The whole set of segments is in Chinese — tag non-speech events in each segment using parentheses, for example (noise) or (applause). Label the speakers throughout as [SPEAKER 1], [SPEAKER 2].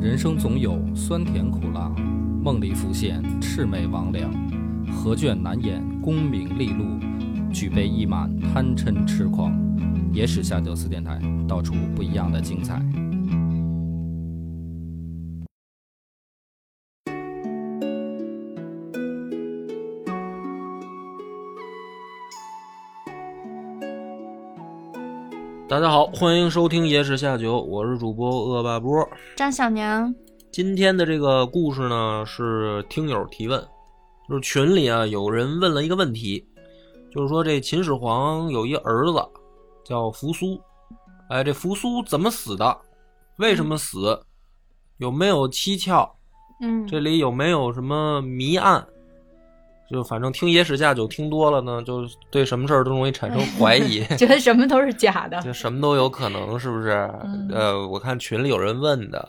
[SPEAKER 1] 人生总有酸甜苦辣，梦里浮现魑魅魍魉，何卷难掩功名利禄，举杯一满贪嗔痴狂。野史下酒四电台，道出不一样的精彩。
[SPEAKER 2] 大家好，欢迎收听《野史下酒》，我是主播恶霸波。
[SPEAKER 3] 张小娘，
[SPEAKER 2] 今天的这个故事呢，是听友提问，就是群里啊有人问了一个问题，就是说这秦始皇有一儿子叫扶苏，哎，这扶苏怎么死的？为什么死？有没有蹊跷？
[SPEAKER 3] 嗯，
[SPEAKER 2] 这里有没有什么谜案？就反正听野史下酒听多了呢，就对什么事儿都容易产生怀疑。
[SPEAKER 3] (laughs) 觉得什么都是假的，
[SPEAKER 2] (laughs) 就什么都有可能，是不是？
[SPEAKER 3] 嗯
[SPEAKER 2] 呃，我看群里有人问的，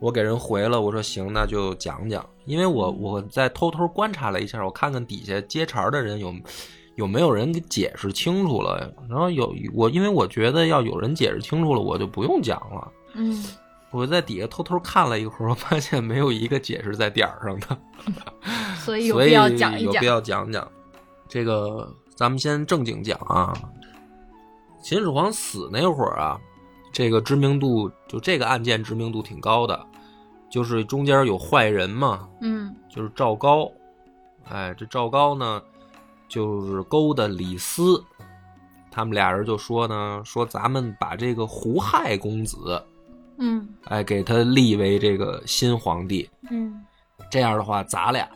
[SPEAKER 2] 我给人回了，我说行，那就讲讲，因为我我在偷偷观察了一下，我看看底下接茬儿的人有有没有人给解释清楚了。然后有我，因为我觉得要有人解释清楚了，我就不用讲了。
[SPEAKER 3] 嗯，
[SPEAKER 2] 我在底下偷偷看了一会儿，我发现没有一个解释在点儿上的。
[SPEAKER 3] 所以有
[SPEAKER 2] 所以
[SPEAKER 3] 必要讲一
[SPEAKER 2] 有
[SPEAKER 3] 讲
[SPEAKER 2] 必。要讲讲。这个咱们先正经讲啊，秦始皇死那会儿啊，这个知名度就这个案件知名度挺高的，就是中间有坏人嘛，
[SPEAKER 3] 嗯
[SPEAKER 2] 就是赵高，哎，这赵高呢，就是勾搭李斯，他们俩人就说呢，说咱们把这个胡亥公子，
[SPEAKER 3] 嗯
[SPEAKER 2] 哎，给他立为这个新皇帝，
[SPEAKER 3] 嗯
[SPEAKER 2] 这样的话，咱俩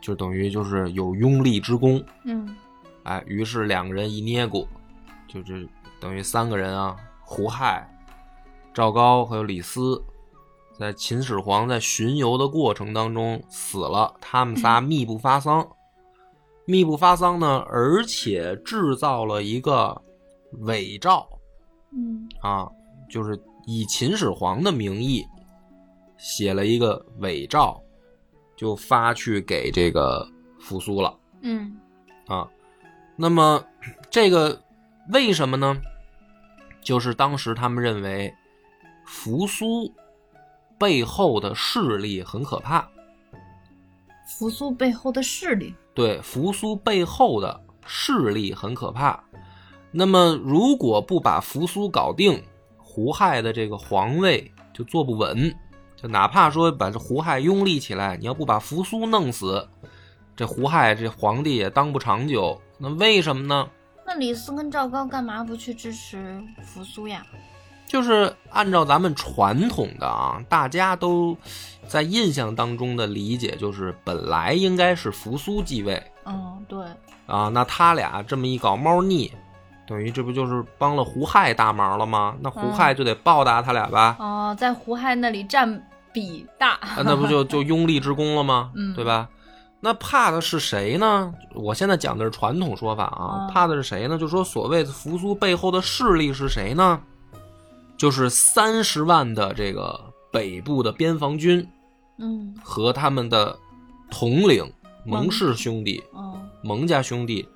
[SPEAKER 2] 就等于就是有拥立之功。
[SPEAKER 3] 嗯
[SPEAKER 2] 哎，于是两个人一捏骨，就这等于三个人啊，胡亥、赵高还有李斯，在秦始皇在巡游的过程当中死了，他们仨密不发丧，密不发丧呢，而且制造了一个伪诏
[SPEAKER 3] 嗯
[SPEAKER 2] 啊，就是以秦始皇的名义写了一个伪诏，就发去给这个扶苏了。
[SPEAKER 3] 嗯
[SPEAKER 2] 啊。那么这个为什么呢？就是当时他们认为扶苏背后的势力很可怕，
[SPEAKER 3] 扶苏背后的势力。
[SPEAKER 2] 对扶苏背后的势力很可怕。那么如果不把扶苏搞定，胡亥的这个皇位就坐不稳。就哪怕说把这胡亥拥立起来，你要不把扶苏弄死，这胡亥这皇帝也当不长久。那为什么呢？
[SPEAKER 3] 那李斯跟赵高干嘛不去支持扶苏呀？
[SPEAKER 2] 就是按照咱们传统的啊，大家都在印象当中的理解，就是本来应该是扶苏继位
[SPEAKER 3] 嗯，对，
[SPEAKER 2] 啊，那他俩这么一搞猫腻，等于这不就是帮了胡亥大忙了吗？那胡亥就得报答他俩吧，
[SPEAKER 3] 哦，在胡亥那里占比大。
[SPEAKER 2] (laughs) 啊那不就就拥立之功了吗？
[SPEAKER 3] 嗯
[SPEAKER 2] 对吧？那怕的是谁呢？我现在讲的是传统说法啊，
[SPEAKER 3] 嗯
[SPEAKER 2] 怕的是谁呢？就说所谓的扶苏背后的势力是谁呢？就是三十万的这个北部的边防军
[SPEAKER 3] 嗯
[SPEAKER 2] 和他们的统领蒙
[SPEAKER 3] 蒙
[SPEAKER 2] 氏兄弟、
[SPEAKER 3] 哦
[SPEAKER 2] 蒙家兄弟。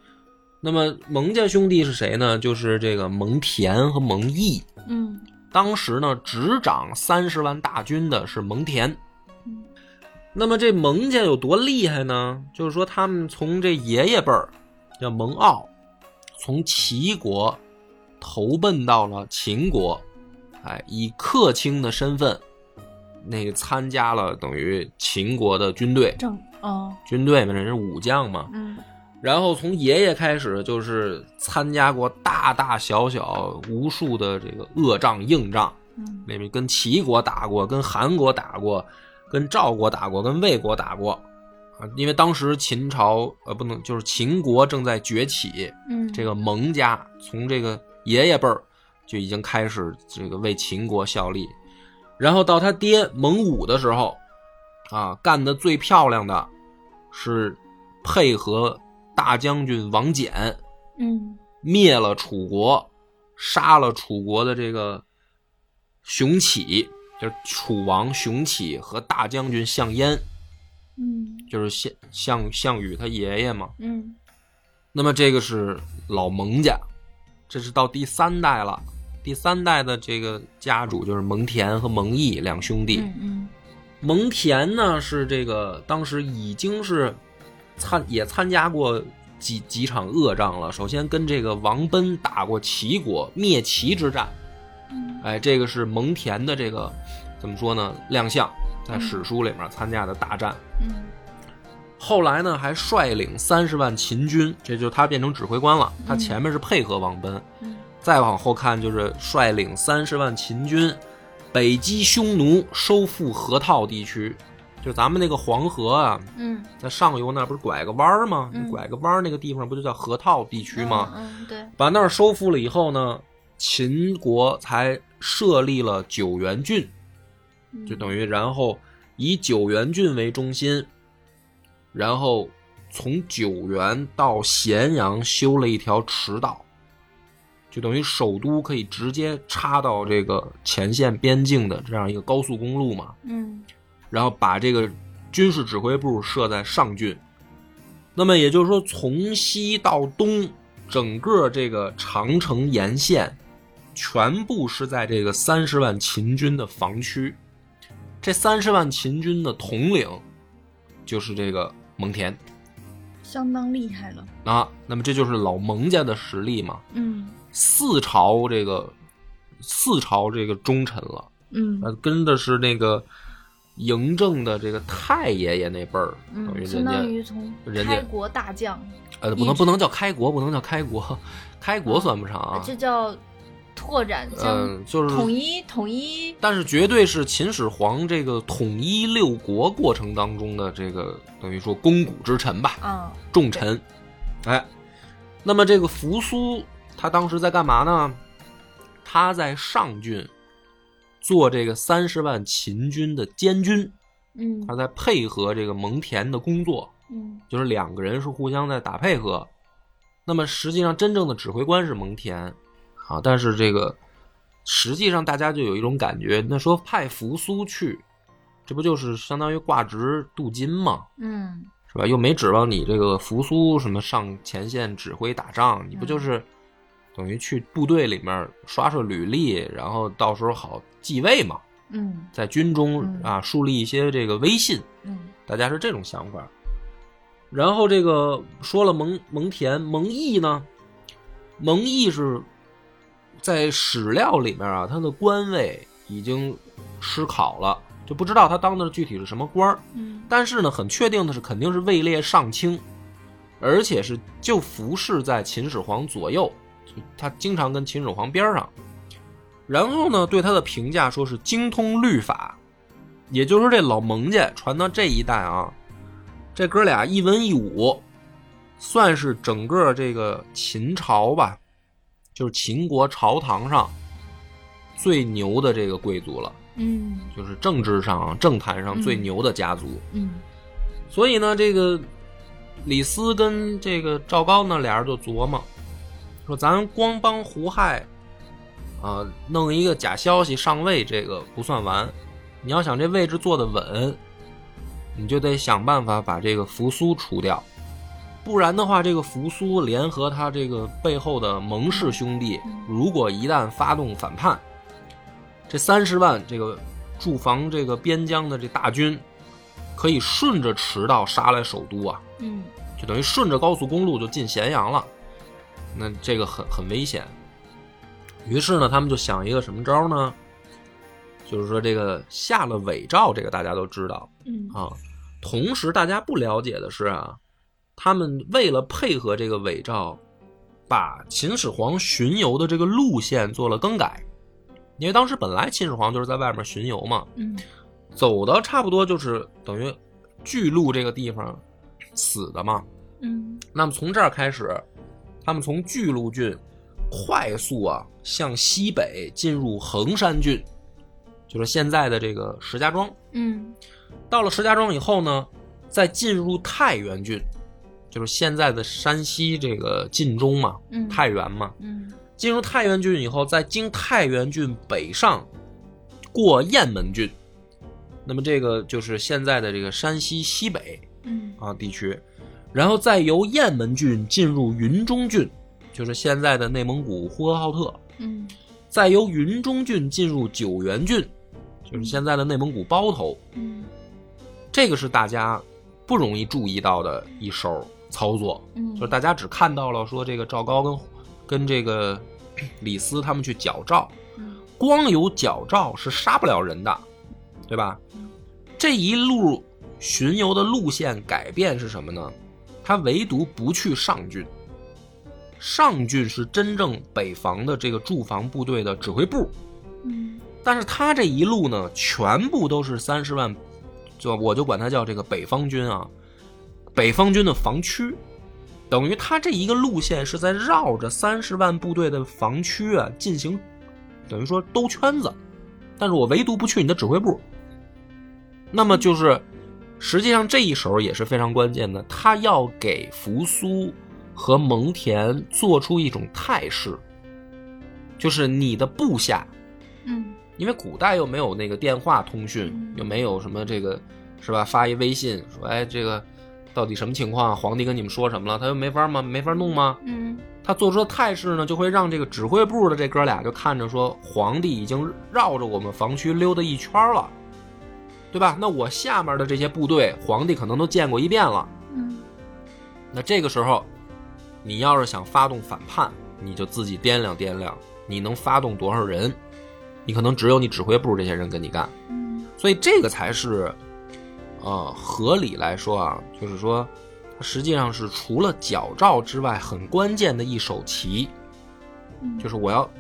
[SPEAKER 2] 那么蒙家兄弟是谁呢？就是这个蒙恬和蒙毅。
[SPEAKER 3] 嗯
[SPEAKER 2] 当时呢，执掌三十万大军的是蒙恬
[SPEAKER 3] 嗯。
[SPEAKER 2] 那么这蒙家有多厉害呢？就是说，他们从这爷爷辈儿叫蒙骜，从齐国投奔到了秦国，哎，以客卿的身份，那个参加了等于秦国的军队，
[SPEAKER 3] 正哦
[SPEAKER 2] 军队嘛，人是武将嘛，
[SPEAKER 3] 嗯
[SPEAKER 2] 然后从爷爷开始，就是参加过大大小小无数的这个恶仗硬仗，
[SPEAKER 3] 嗯
[SPEAKER 2] 里面跟齐国打过，跟韩国打过，跟赵国打过，跟魏国打过，啊，因为当时秦朝呃不能就是秦国正在崛起，
[SPEAKER 3] 嗯，
[SPEAKER 2] 这个蒙家从这个爷爷辈儿就已经开始这个为秦国效力，然后到他爹蒙武的时候，啊，干得最漂亮的是配合大将军王翦
[SPEAKER 3] 嗯
[SPEAKER 2] 灭了楚国，杀了楚国的这个熊起，就是楚王熊起和大将军项燕，
[SPEAKER 3] 嗯
[SPEAKER 2] 就是项项项羽他爷爷嘛。
[SPEAKER 3] 嗯
[SPEAKER 2] 那么这个是老蒙家，这是到第三代了。第三代的这个家主就是蒙恬和蒙毅两兄弟，
[SPEAKER 3] 嗯嗯
[SPEAKER 2] 蒙恬呢是这个当时已经是参也参加过几几场恶仗了，首先跟这个王贲打过齐国灭齐之战，
[SPEAKER 3] 嗯
[SPEAKER 2] 哎，这个是蒙恬的这个怎么说呢亮相，在史书里面参加的大战。
[SPEAKER 3] 嗯
[SPEAKER 2] 后来呢，还率领三十万秦军，这就是他变成指挥官了。他前面是配合王贲，
[SPEAKER 3] 嗯
[SPEAKER 2] 再往后看就是率领三十万秦军，北击匈奴，收复河套地区。就咱们那个黄河啊，
[SPEAKER 3] 嗯，
[SPEAKER 2] 在上游那儿不是拐个弯儿吗？
[SPEAKER 3] 嗯
[SPEAKER 2] 拐个弯儿那个地方不就叫河套地区吗？
[SPEAKER 3] 嗯，嗯对，
[SPEAKER 2] 把那儿收复了以后呢，秦国才设立了九原郡，
[SPEAKER 3] 嗯
[SPEAKER 2] 就等于然后以九原郡为中心，然后从九原到咸阳修了一条驰道，就等于首都可以直接插到这个前线边境的这样一个高速公路嘛。
[SPEAKER 3] 嗯
[SPEAKER 2] 然后把这个军事指挥部设在上郡。那么也就是说，从西到东，整个这个长城沿线，全部是在这个三十万秦军的防区。这三十万秦军的统领就是这个蒙恬
[SPEAKER 3] 相当厉害了。
[SPEAKER 2] 啊。那么这就是老蒙家的实力嘛。
[SPEAKER 3] 嗯
[SPEAKER 2] 四朝这个四朝这个忠臣了。
[SPEAKER 3] 嗯
[SPEAKER 2] 呃，跟的是那个嬴政的这这个太爷爷那辈儿，等于
[SPEAKER 3] 嗯，
[SPEAKER 2] 人
[SPEAKER 3] 相
[SPEAKER 2] 家
[SPEAKER 3] 当于从
[SPEAKER 2] 人家
[SPEAKER 3] 开国大将，
[SPEAKER 2] 呃，不
[SPEAKER 3] 一
[SPEAKER 2] 能
[SPEAKER 3] 直
[SPEAKER 2] 不能叫开国，不能叫开国，开国算不上啊。
[SPEAKER 3] 这叫拓展，
[SPEAKER 2] 嗯、
[SPEAKER 3] 像
[SPEAKER 2] 就是
[SPEAKER 3] 统，一统一。
[SPEAKER 2] 但是绝对是秦始皇这个统一六国过程当中的这个等于说肱骨之臣吧，
[SPEAKER 3] 啊，
[SPEAKER 2] 重臣。哎，那么这个扶苏他当时在干嘛呢？他在上郡做这个三十万秦军的监军。
[SPEAKER 3] 嗯
[SPEAKER 2] 他在配合这个蒙恬的工作，
[SPEAKER 3] 嗯
[SPEAKER 2] 就是两个人是互相在打配合。那么实际上，真正的指挥官是蒙恬啊，但是这个实际上大家就有一种感觉，那说派扶苏去，这不就是相当于挂职镀金吗？
[SPEAKER 3] 嗯
[SPEAKER 2] 是吧？又没指望你这个扶苏什么上前线指挥打仗，你不就是等于去部队里面刷刷履历，然后到时候好继位嘛，
[SPEAKER 3] 嗯
[SPEAKER 2] 在军中
[SPEAKER 3] 嗯
[SPEAKER 2] 啊树立一些这个威信。
[SPEAKER 3] 嗯
[SPEAKER 2] 大家是这种想法。然后这个说了蒙蒙恬蒙毅呢，蒙毅是在史料里面啊，他的官位已经失考了，就不知道他当的具体是什么官儿。
[SPEAKER 3] 嗯
[SPEAKER 2] 但是呢，很确定的是，肯定是位列上卿，而且是就服侍在秦始皇左右，就他经常跟秦始皇边上。然后呢，对他的评价说是精通律法，也就是说，这老蒙家传到这一代啊，这哥俩一文一武，算是整个这个秦朝吧，就是秦国朝堂上最牛的这个贵族了，
[SPEAKER 3] 嗯
[SPEAKER 2] 就是政治上啊、政坛上最
[SPEAKER 3] 嗯
[SPEAKER 2] 牛的家族。
[SPEAKER 3] 嗯
[SPEAKER 2] 所以呢，这个李斯跟这个赵高呢，俩人就琢磨，说咱光帮胡亥啊、弄一个假消息上位，这个不算完。你要想这位置坐得稳，你就得想办法把这个扶苏除掉，不然的话，这个扶苏联合他这个背后的蒙氏兄弟，如果一旦发动反叛，这三十万这个驻防这个边疆的这大军，可以顺着驰道杀来首都啊，
[SPEAKER 3] 嗯
[SPEAKER 2] 就等于顺着高速公路就进咸阳了。那这个很很危险。于是呢，他们就想一个什么招呢？就是说，这个下了伪诏，这个大家都知道
[SPEAKER 3] 嗯
[SPEAKER 2] 啊。同时，大家不了解的是啊，他们为了配合这个伪诏，把秦始皇巡游的这个路线做了更改。因为当时本来秦始皇就是在外面巡游嘛，
[SPEAKER 3] 嗯
[SPEAKER 2] 走到差不多就是等于巨鹿这个地方死的嘛。
[SPEAKER 3] 嗯
[SPEAKER 2] 那么从这儿开始，他们从巨鹿郡快速啊向西北进入衡山郡，就是现在的这个石家庄。
[SPEAKER 3] 嗯
[SPEAKER 2] 到了石家庄以后呢，再进入太原郡，就是现在的山西这个晋中嘛，
[SPEAKER 3] 嗯
[SPEAKER 2] 太原嘛。
[SPEAKER 3] 嗯
[SPEAKER 2] 进入太原郡以后，再经太原郡北上，过雁门郡，那么这个就是现在的这个山西西北
[SPEAKER 3] 嗯
[SPEAKER 2] 啊地区，然后再由雁门郡进入云中郡，就是现在的内蒙古呼和浩特，
[SPEAKER 3] 嗯
[SPEAKER 2] 再由云中郡进入九原郡，就是现在的内蒙古包头，
[SPEAKER 3] 嗯
[SPEAKER 2] 这个是大家不容易注意到的一手操作，
[SPEAKER 3] 嗯，
[SPEAKER 2] 就是大家只看到了说这个赵高跟跟这个李斯他们去矫诏，
[SPEAKER 3] 嗯
[SPEAKER 2] 光有矫诏是杀不了人的，对吧？这一路巡游的路线改变是什么呢？他唯独不去上郡，上郡是真正北防的这个驻防部队的指挥部，
[SPEAKER 3] 嗯
[SPEAKER 2] 但是他这一路呢，全部都是三十万，就我就管他叫这个北方军啊，北方军的防区，等于他这一个路线是在绕着三十万部队的防区啊进行，等于说兜圈子，但是我唯独不去你的指挥部。那么就是，实际上这一手也是非常关键的，他要给扶苏和蒙恬做出一种态势，就是你的部下。
[SPEAKER 3] 嗯
[SPEAKER 2] 因为古代又没有那个电话通讯
[SPEAKER 3] 嗯，
[SPEAKER 2] 又没有什么这个，是吧？发一微信说，哎，这个到底什么情况？皇帝跟你们说什么了？他又没法吗？没法弄吗？
[SPEAKER 3] 嗯
[SPEAKER 2] 他做出的态势呢，就会让这个指挥部的这哥俩就看着说，皇帝已经绕着我们防区溜达一圈了，对吧？那我下面的这些部队，皇帝可能都见过一遍了。
[SPEAKER 3] 嗯
[SPEAKER 2] 那这个时候，你要是想发动反叛，你就自己掂量掂量，你能发动多少人？你可能只有你指挥部这些人跟你干，
[SPEAKER 3] 嗯
[SPEAKER 2] 所以这个才是，呃，合理来说啊，就是说，它实际上是除了矫诏之外很关键的一手棋，
[SPEAKER 3] 嗯，
[SPEAKER 2] 就是是我要，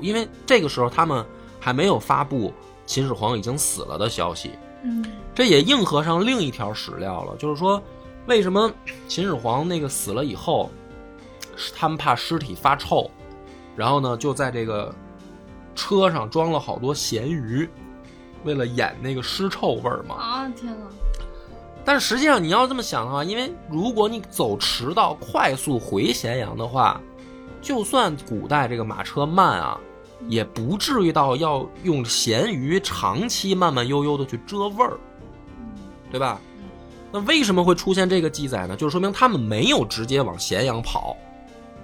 [SPEAKER 2] 因为这个时候他们还没有发布秦始皇已经死了的消息，
[SPEAKER 3] 嗯
[SPEAKER 2] 这也应和上另一条史料了，就是说，为什么秦始皇那个死了以后，是他们怕尸体发臭，然后呢就在这个车上装了好多咸鱼，为了掩那个尸臭味儿嘛。
[SPEAKER 3] 啊天呐，
[SPEAKER 2] 但实际上你要这么想的话，因为如果你走驰道快速回咸阳的话，就算古代这个马车慢啊，也不至于到要用咸鱼长期慢慢悠悠的去遮味儿。
[SPEAKER 3] 嗯
[SPEAKER 2] 对吧
[SPEAKER 3] 嗯？
[SPEAKER 2] 那为什么会出现这个记载呢？就是说明他们没有直接往咸阳跑，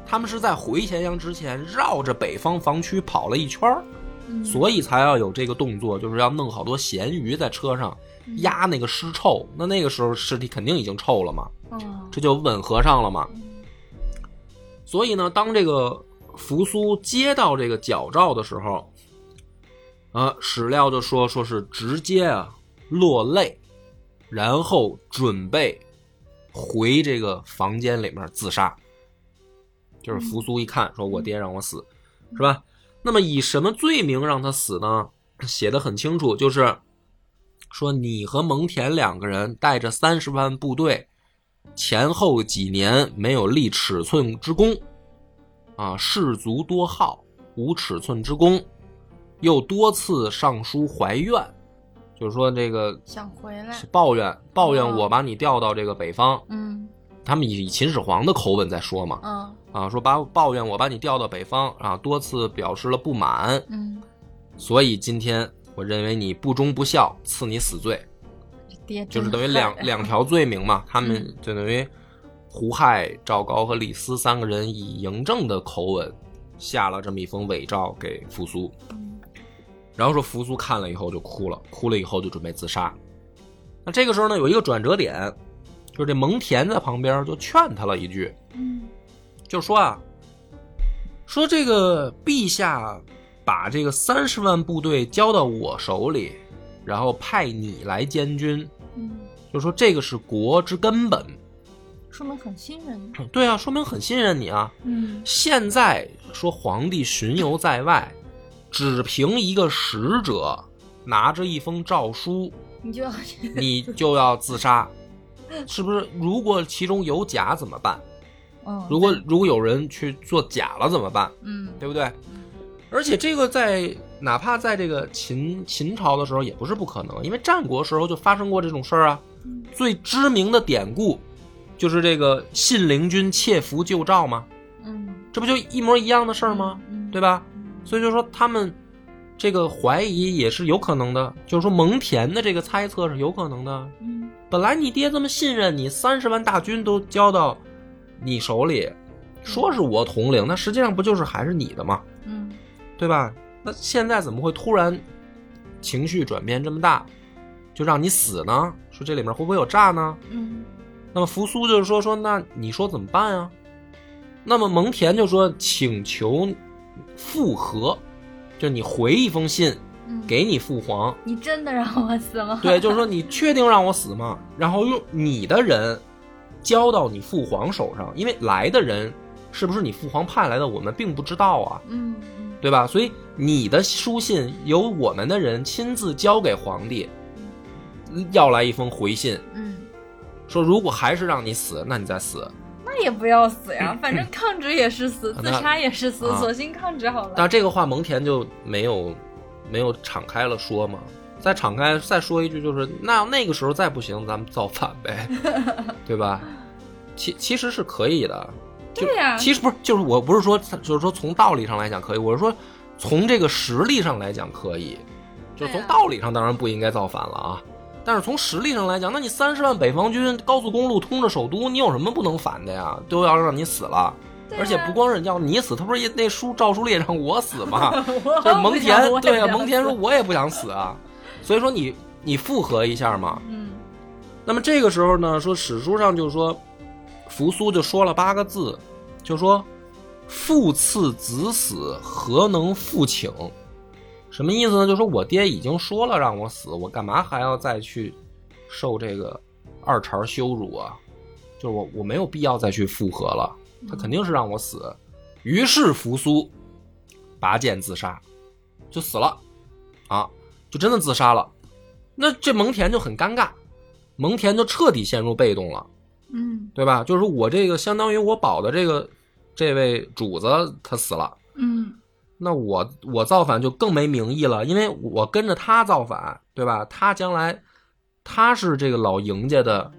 [SPEAKER 2] 他们是在回咸阳之前绕着北方防区跑了一圈儿，
[SPEAKER 3] 嗯，
[SPEAKER 2] 所以才要有这个动作，就是要弄好多咸鱼在车上
[SPEAKER 3] 嗯
[SPEAKER 2] 压那个尸臭。那那个时候尸体肯定已经臭了嘛，
[SPEAKER 3] 哦
[SPEAKER 2] 这就吻合上了嘛。
[SPEAKER 3] 嗯
[SPEAKER 2] 所以呢，当这个扶苏接到这个矫诏的时候，啊，史料就说说是直接啊落泪，然后准备回这个房间里面自杀。就是扶苏一看，说我爹让我死，是吧？那么以什么罪名让他死呢？写的很清楚，就是说你和蒙恬两个人带着三十万部队，前后几年没有立尺寸之功，啊，士卒多好，无尺寸之功，又多次上书怀怨，就是说这个
[SPEAKER 3] 想回来，
[SPEAKER 2] 抱怨抱
[SPEAKER 3] 哦
[SPEAKER 2] 怨我把你调到这个北方，
[SPEAKER 3] 嗯
[SPEAKER 2] 他们以以秦始皇的口吻在说嘛，
[SPEAKER 3] 嗯
[SPEAKER 2] 啊，说把抱怨我把你调到北方啊，多次表示了不满，
[SPEAKER 3] 嗯，
[SPEAKER 2] 所以今天我认为你不忠不孝，赐你死罪。
[SPEAKER 3] 这爹
[SPEAKER 2] 就是
[SPEAKER 3] 真
[SPEAKER 2] 等于
[SPEAKER 3] 狠
[SPEAKER 2] 两
[SPEAKER 3] 呀
[SPEAKER 2] 两条罪名嘛，他们
[SPEAKER 3] 嗯
[SPEAKER 2] 就等于胡亥、赵高和李斯三个人以嬴政的口吻下了这么一封伪诏给扶苏，
[SPEAKER 3] 嗯
[SPEAKER 2] 然后说扶苏看了以后就哭了，哭了以后就准备自杀。那这个时候呢，有一个转折点，就是这蒙恬在旁边就劝他了一句，
[SPEAKER 3] 嗯
[SPEAKER 2] 就说啊，说这个陛下把这个三十万部队交到我手里，然后派你来监军，
[SPEAKER 3] 嗯，
[SPEAKER 2] 就说这个是国之根本。
[SPEAKER 3] 说明很信任的，
[SPEAKER 2] 对啊，说明很信任你啊。
[SPEAKER 3] 嗯
[SPEAKER 2] 现在说皇帝巡游在外，只凭一个使者拿着一封诏书，
[SPEAKER 3] 你就要 (laughs)
[SPEAKER 2] 你就要自杀，是不是？如果其中有假怎么办？
[SPEAKER 3] 嗯，
[SPEAKER 2] 如果如果有人去做假了怎么办？
[SPEAKER 3] 嗯
[SPEAKER 2] 对不对？而且这个在哪怕在这个秦秦朝的时候也不是不可能，因为战国时候就发生过这种事儿啊。
[SPEAKER 3] 嗯
[SPEAKER 2] 最知名的典故就是这个信陵君窃符救赵嘛，
[SPEAKER 3] 嗯
[SPEAKER 2] 这不就一模一样的事儿吗？？
[SPEAKER 3] 嗯
[SPEAKER 2] 对？吧？
[SPEAKER 3] 嗯
[SPEAKER 2] 所以就说他们这个怀疑也是有可能的，就是说蒙恬的这个猜测是有可能的。
[SPEAKER 3] 嗯
[SPEAKER 2] 本来你爹这么信任你，三十万大军都交到你手里，说是我统领，那实际上不就是还是你的吗？
[SPEAKER 3] 嗯
[SPEAKER 2] 对吧？那现在怎么会突然情绪转变这么大，就让你死呢？说这里面会不会有诈呢？
[SPEAKER 3] 嗯
[SPEAKER 2] 那么扶苏就是说说，那你说怎么办啊？那么蒙恬就说请求复和，就是你回一封信
[SPEAKER 3] 嗯，
[SPEAKER 2] 给你父皇，
[SPEAKER 3] 你真的让我死吗？
[SPEAKER 2] 对，就是说你确定让我死吗？然后用你的人交到你父皇手上，因为来的人是不是你父皇派来的，我们并不知道啊，
[SPEAKER 3] 嗯嗯
[SPEAKER 2] 对吧？所以你的书信由我们的人亲自交给皇帝，要来一封回信，
[SPEAKER 3] 嗯，
[SPEAKER 2] 说如果还是让你死，那你再死。
[SPEAKER 3] 那也不要死
[SPEAKER 2] (laughs)
[SPEAKER 3] 呀，反正抗旨也是死，自
[SPEAKER 2] 那
[SPEAKER 3] 杀也是死，
[SPEAKER 2] 啊
[SPEAKER 3] 索性抗旨好了。
[SPEAKER 2] 但这个话蒙恬就没有没有敞开了说嘛。再敞开再说一句，就是那那个时候再不行，咱们造反呗， (laughs) 对吧？其其实是可以的，就
[SPEAKER 3] 对呀
[SPEAKER 2] 其实不是，就是我不是说，就是说从道理上来讲可以，我是说从这个实力上来讲可以，就是从
[SPEAKER 3] 对啊
[SPEAKER 2] 道理上当然不应该造反了啊。但是从实力上来讲，那你三十万北方军高速公路通着首都，你有什么不能反的呀？都要让你死了，
[SPEAKER 3] 对啊
[SPEAKER 2] 而且不光是要你死，他不是也那书赵书烈让我死吗？
[SPEAKER 3] (laughs) 我
[SPEAKER 2] 就是蒙
[SPEAKER 3] 不想
[SPEAKER 2] 恬，对啊，蒙恬，
[SPEAKER 3] 我也
[SPEAKER 2] 说
[SPEAKER 3] 不想死
[SPEAKER 2] 我也不想死啊，所以说你你复合一下嘛。
[SPEAKER 3] 嗯
[SPEAKER 2] 那么这个时候呢，说史书上就说，扶苏就说了八个字，就说“父赐子死，何能复请”，什么意思呢？就说我爹已经说了让我死，我干嘛还要再去受这个二茬羞辱啊？就是我我没有必要再去复合了，他肯定是让我死。于是扶苏拔剑自杀，就死了啊，就真的自杀了。那这蒙恬就很尴尬，蒙恬就彻底陷入被动了，
[SPEAKER 3] 嗯
[SPEAKER 2] 对吧？就是我这个相当于我保的这个这位主子他死了，
[SPEAKER 3] 嗯
[SPEAKER 2] 那我我造反就更没名义了，因为我跟着他造反，对吧？他将来他是这个老赢家的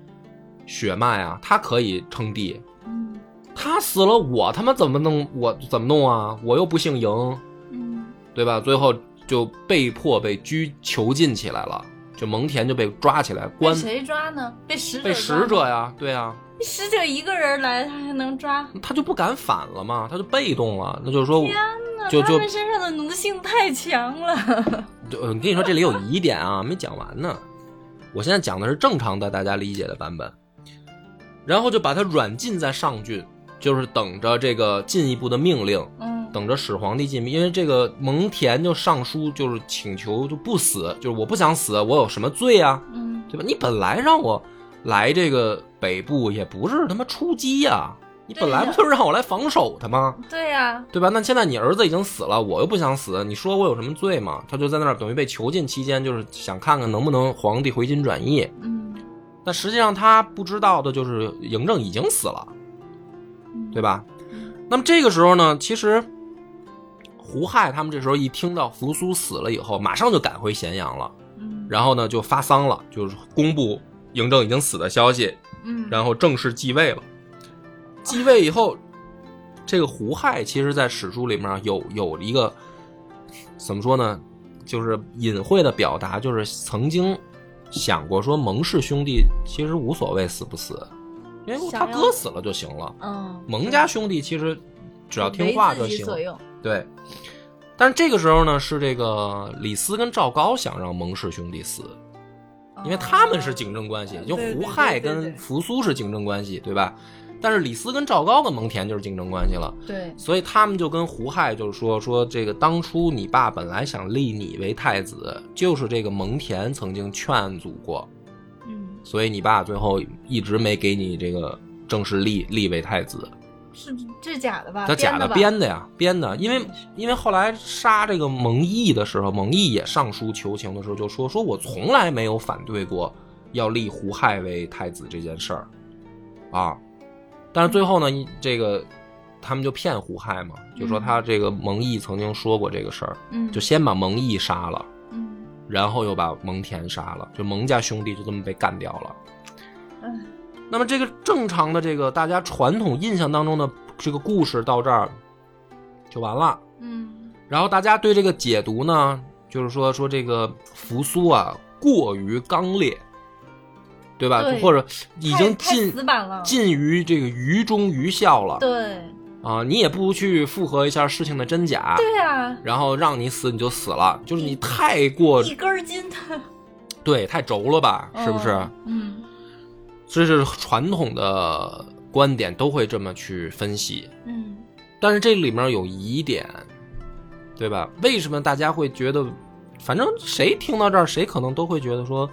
[SPEAKER 2] 血脉啊，他可以称帝。
[SPEAKER 3] 嗯
[SPEAKER 2] 他死了我，他妈怎么弄？我怎么弄啊？我又不姓赢，
[SPEAKER 3] 嗯
[SPEAKER 2] 对吧？最后就被迫被拘囚禁起来了，就蒙恬就被抓起来
[SPEAKER 3] 被
[SPEAKER 2] 关，
[SPEAKER 3] 谁抓呢？被使者
[SPEAKER 2] 被使者
[SPEAKER 3] 抓吗，
[SPEAKER 2] 呀，对啊呀，
[SPEAKER 3] 使者一个人来，他还能抓？
[SPEAKER 2] 他就不敢反了嘛，他就被动了，那就是说，
[SPEAKER 3] 天呐，
[SPEAKER 2] 就
[SPEAKER 3] 他
[SPEAKER 2] 就
[SPEAKER 3] 们身上的奴性太
[SPEAKER 2] (laughs)
[SPEAKER 3] 强了。
[SPEAKER 2] 就我跟你说这里有疑点啊，没讲完呢，我现在讲的是正常的大家理解的版本，然后就把他软禁在上郡，就是等着这个进一步的命令，
[SPEAKER 3] 嗯
[SPEAKER 2] 等着始皇帝进命，因为这个蒙恬就上书就是请求就不死，就是我不想死，我有什么罪啊？
[SPEAKER 3] 嗯
[SPEAKER 2] 对吧？你本来让我来这个北部也不是他妈出击呀、你本来
[SPEAKER 3] 对呀
[SPEAKER 2] 不就是让我来防守的吗？
[SPEAKER 3] 对呀、
[SPEAKER 2] 对吧？那现在你儿子已经死了，我又不想死，你说我有什么罪吗？他就在那儿等于被囚禁期间，就是想看看能不能皇帝回心转意。
[SPEAKER 3] 嗯
[SPEAKER 2] 但实际上他不知道的就是嬴政已经死了，
[SPEAKER 3] 嗯
[SPEAKER 2] 对吧？那么这个时候呢，其实胡亥他们这时候一听到扶苏死了以后，马上就赶回咸阳了，
[SPEAKER 3] 嗯
[SPEAKER 2] 然后呢就发丧了，就是公布嬴政已经死的消息，
[SPEAKER 3] 嗯，
[SPEAKER 2] 然后正式继位了。继位以后，这个胡亥其实在史书里面有有一个怎么说呢，就是隐晦的表达，就是曾经想过说蒙氏兄弟其实无所谓死不死，因为他
[SPEAKER 3] 想要
[SPEAKER 2] 哥死了就行了。
[SPEAKER 3] 嗯，
[SPEAKER 2] 蒙家兄弟其实只要听话就
[SPEAKER 3] 为自己
[SPEAKER 2] 行，
[SPEAKER 3] 所用。
[SPEAKER 2] 对。但是这个时候呢，是这个李斯跟赵高想让蒙氏兄弟死，因为他们是竞争关系，
[SPEAKER 3] 哦
[SPEAKER 2] 就
[SPEAKER 3] 对对
[SPEAKER 2] 胡
[SPEAKER 3] 对
[SPEAKER 2] 亥
[SPEAKER 3] 对对
[SPEAKER 2] 跟扶苏是竞争关系，对吧？但是李斯跟赵高跟蒙恬就是竞争关系了，
[SPEAKER 3] 哦对，
[SPEAKER 2] 所以他们就跟胡亥就是说说这个当初你爸本来想立你为太子，就是这个蒙恬曾经劝阻过，
[SPEAKER 3] 嗯，
[SPEAKER 2] 所以你爸最后一直没给你这个正式立立为太子，
[SPEAKER 3] 是这假的吧？
[SPEAKER 2] 他假
[SPEAKER 3] 啊的
[SPEAKER 2] 的
[SPEAKER 3] 吧
[SPEAKER 2] 编的呀，编的，因为
[SPEAKER 3] 嗯是
[SPEAKER 2] 因为后来杀这个蒙毅的时候，蒙毅也上书求情的时候就说，说我从来没有反对过要立胡亥为太子这件事儿，啊，但是最后呢，这个他们就骗胡亥嘛，就说他这个蒙毅曾经说过这个事儿，
[SPEAKER 3] 嗯，
[SPEAKER 2] 就先把蒙毅杀了，
[SPEAKER 3] 嗯
[SPEAKER 2] 然后又把蒙恬杀了，就蒙家兄弟就这么被干掉了。
[SPEAKER 3] 嗯
[SPEAKER 2] 那么这个正常的这个大家传统印象当中的这个故事到这儿就完了。
[SPEAKER 3] 嗯
[SPEAKER 2] 然后大家对这个解读呢，就是说说这个扶苏啊过于刚烈，对吧？
[SPEAKER 3] 对
[SPEAKER 2] 或者已经
[SPEAKER 3] 太太
[SPEAKER 2] 近
[SPEAKER 3] 死板了
[SPEAKER 2] 近于这个愚忠愚孝了。
[SPEAKER 3] 对，
[SPEAKER 2] 啊、你也不去复核一下事情的真假，
[SPEAKER 3] 对啊，
[SPEAKER 2] 然后让你死你就死了，就是你太过
[SPEAKER 3] 一根儿筋的，
[SPEAKER 2] 对太轴了吧，是不是？
[SPEAKER 3] 嗯
[SPEAKER 2] 这是传统的观点都会这么去分析，
[SPEAKER 3] 嗯
[SPEAKER 2] 但是这里面有疑点，对吧？为什么大家会觉得？反正谁听到这儿，谁可能都会觉得说，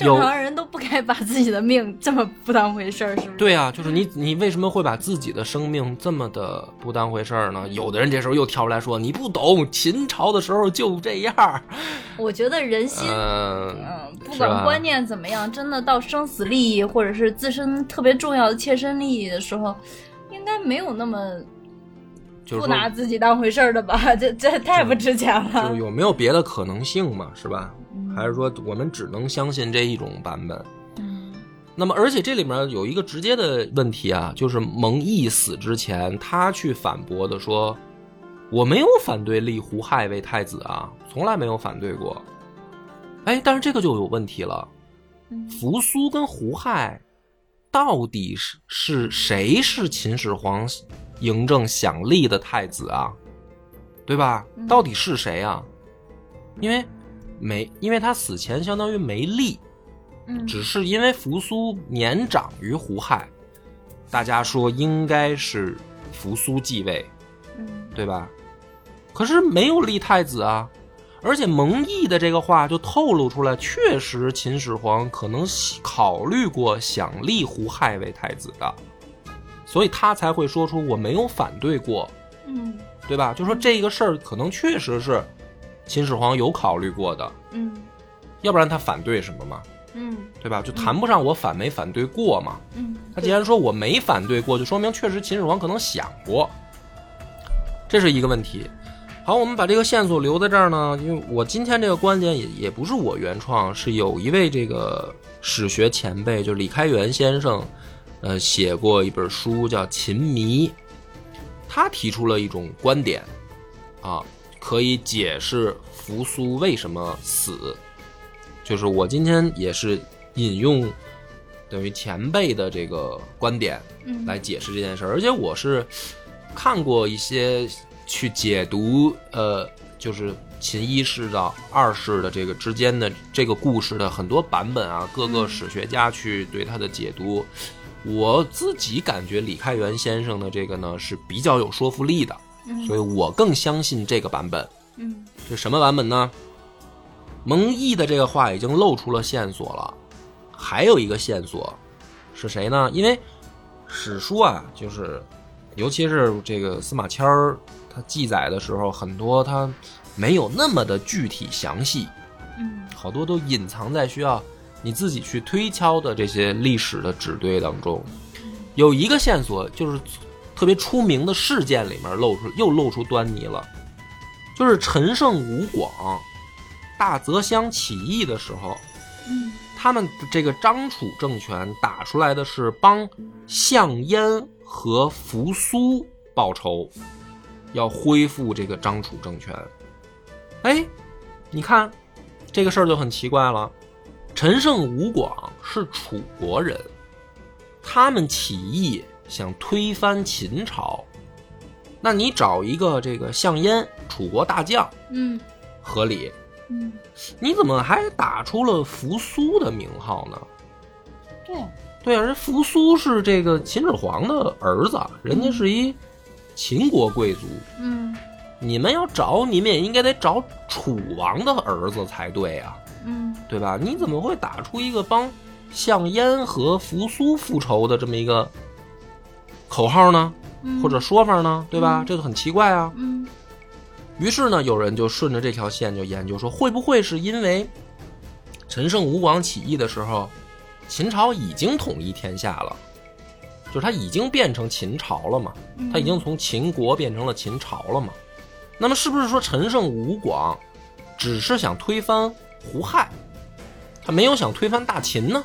[SPEAKER 2] 有
[SPEAKER 3] 正常人都不该把自己的命这么不当回事儿，是不是？
[SPEAKER 2] 对啊，就是你，你为什么会把自己的生命这么的不当回事儿呢？有的人这时候又跳出来说：“你不懂，秦朝的时候就这样儿。
[SPEAKER 3] 我觉得人心，
[SPEAKER 2] 嗯
[SPEAKER 3] 嗯，不
[SPEAKER 2] 是
[SPEAKER 3] 管
[SPEAKER 2] 吧
[SPEAKER 3] 观念怎么样，真的到生死利益或者是自身特别重要的切身利益的时候，应该没有那么
[SPEAKER 2] 就是
[SPEAKER 3] 不
[SPEAKER 2] 说
[SPEAKER 3] 拿自己当回事儿的吧？这这太不值钱了 (laughs)
[SPEAKER 2] 就。有没有别的可能性嘛？是吧？
[SPEAKER 3] 嗯
[SPEAKER 2] 还是说我们只能相信这一种版本？
[SPEAKER 3] 嗯
[SPEAKER 2] 那么，而且这里面有一个直接的问题啊，就是蒙毅死之前，他去反驳的说：“我没有反对立胡亥为太子啊，从来没有反对过。”哎，但是这个就有问题了。
[SPEAKER 3] 嗯
[SPEAKER 2] 扶苏跟胡亥到底是是谁是秦始皇嬴政想立的太子啊？对吧
[SPEAKER 3] 嗯？
[SPEAKER 2] 到底是谁啊？因为没，因为他死前相当于没立，
[SPEAKER 3] 嗯
[SPEAKER 2] 只是因为扶苏年长于胡亥，大家说应该是扶苏继位，
[SPEAKER 3] 嗯
[SPEAKER 2] 对吧？可是没有立太子啊，而且蒙毅的这个话就透露出来，确实秦始皇可能考虑过想立胡亥为太子的，所以他才会说出我没有反对过，
[SPEAKER 3] 嗯
[SPEAKER 2] 对吧？就说这个事儿可能确实是秦始皇有考虑过的，
[SPEAKER 3] 嗯
[SPEAKER 2] 要不然他反对什么嘛，
[SPEAKER 3] 嗯
[SPEAKER 2] 对吧？就谈不上我反没反对过嘛。
[SPEAKER 3] 嗯，
[SPEAKER 2] 他既然说我没反对过，就说明确实秦始皇可能想过，这是一个问题。好，我们把这个线索留在这儿呢，因为我今天这个观点也也不是我原创，是有一位这个史学前辈，就李开元先生，呃，写过一本书叫《秦迷》，他提出了一种观点，啊，可以解释扶苏为什么死，就是我今天也是引用等于前辈的这个观点
[SPEAKER 3] 嗯
[SPEAKER 2] 来解释这件事儿，而且我是看过一些去解读呃，就是秦一世到二世的这个之间的这个故事的很多版本啊，各个
[SPEAKER 3] 嗯
[SPEAKER 2] 史学家去对它的解读。我自己感觉李开元先生的这个呢是比较有说服力的，
[SPEAKER 3] 嗯
[SPEAKER 2] 所以我更相信这个版本。
[SPEAKER 3] 嗯
[SPEAKER 2] 这什么版本呢？蒙毅的这个话已经露出了线索了，还有一个线索是谁呢？因为史书啊，就是尤其是这个司马迁儿，他记载的时候，很多他没有那么的具体详细，
[SPEAKER 3] 嗯
[SPEAKER 2] 好多都隐藏在需要你自己去推敲的这些历史的指对当中。有一个线索就是特别出名的事件里面露出又露出端倪了，就是陈胜吴广大泽乡起义的时候，
[SPEAKER 3] 嗯
[SPEAKER 2] 他们这个张楚政权打出来的是帮项燕和扶苏报仇，要恢复这个张楚政权。哎，你看这个事儿就很奇怪了。陈胜吴广是楚国人，他们起义想推翻秦朝，那你找一个这个项燕，楚国大将
[SPEAKER 3] 嗯
[SPEAKER 2] 合理，
[SPEAKER 3] 嗯，
[SPEAKER 2] 你怎么还打出了扶苏的名号呢？
[SPEAKER 3] 对，
[SPEAKER 2] 对啊，人扶苏是这个秦始皇的儿子，人家是一秦国贵族。
[SPEAKER 3] 嗯
[SPEAKER 2] 你们要找，你们也应该得找楚王的儿子才对啊，
[SPEAKER 3] 嗯
[SPEAKER 2] 对吧？你怎么会打出一个帮项燕和扶苏复仇的这么一个口号呢？
[SPEAKER 3] 嗯，
[SPEAKER 2] 或者说法呢？对吧
[SPEAKER 3] 嗯？
[SPEAKER 2] 这就很奇怪啊。
[SPEAKER 3] 嗯
[SPEAKER 2] 于是呢，有人就顺着这条线就研究说，会不会是因为陈胜吴广起义的时候，秦朝已经统一天下了，就是它已经变成秦朝了嘛，它已经从秦国变成了秦朝了嘛。那么是不是说陈胜吴广只是想推翻胡亥，他没有想推翻大秦呢？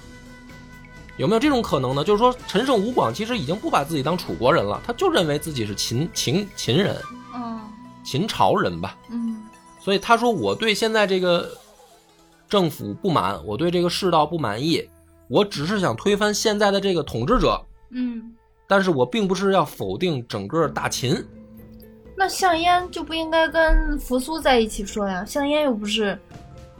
[SPEAKER 2] 有没有这种可能呢？就是说，陈胜吴广其实已经不把自己当楚国人了，他就认为自己是秦秦秦人、
[SPEAKER 3] 嗯
[SPEAKER 2] 秦朝人吧。
[SPEAKER 3] 嗯
[SPEAKER 2] 所以他说我对现在这个政府不满，我对这个世道不满意，我只是想推翻现在的这个统治者，
[SPEAKER 3] 嗯
[SPEAKER 2] 但是我并不是要否定整个大秦，
[SPEAKER 3] 那项燕就不应该跟扶苏在一起说呀，项燕又不是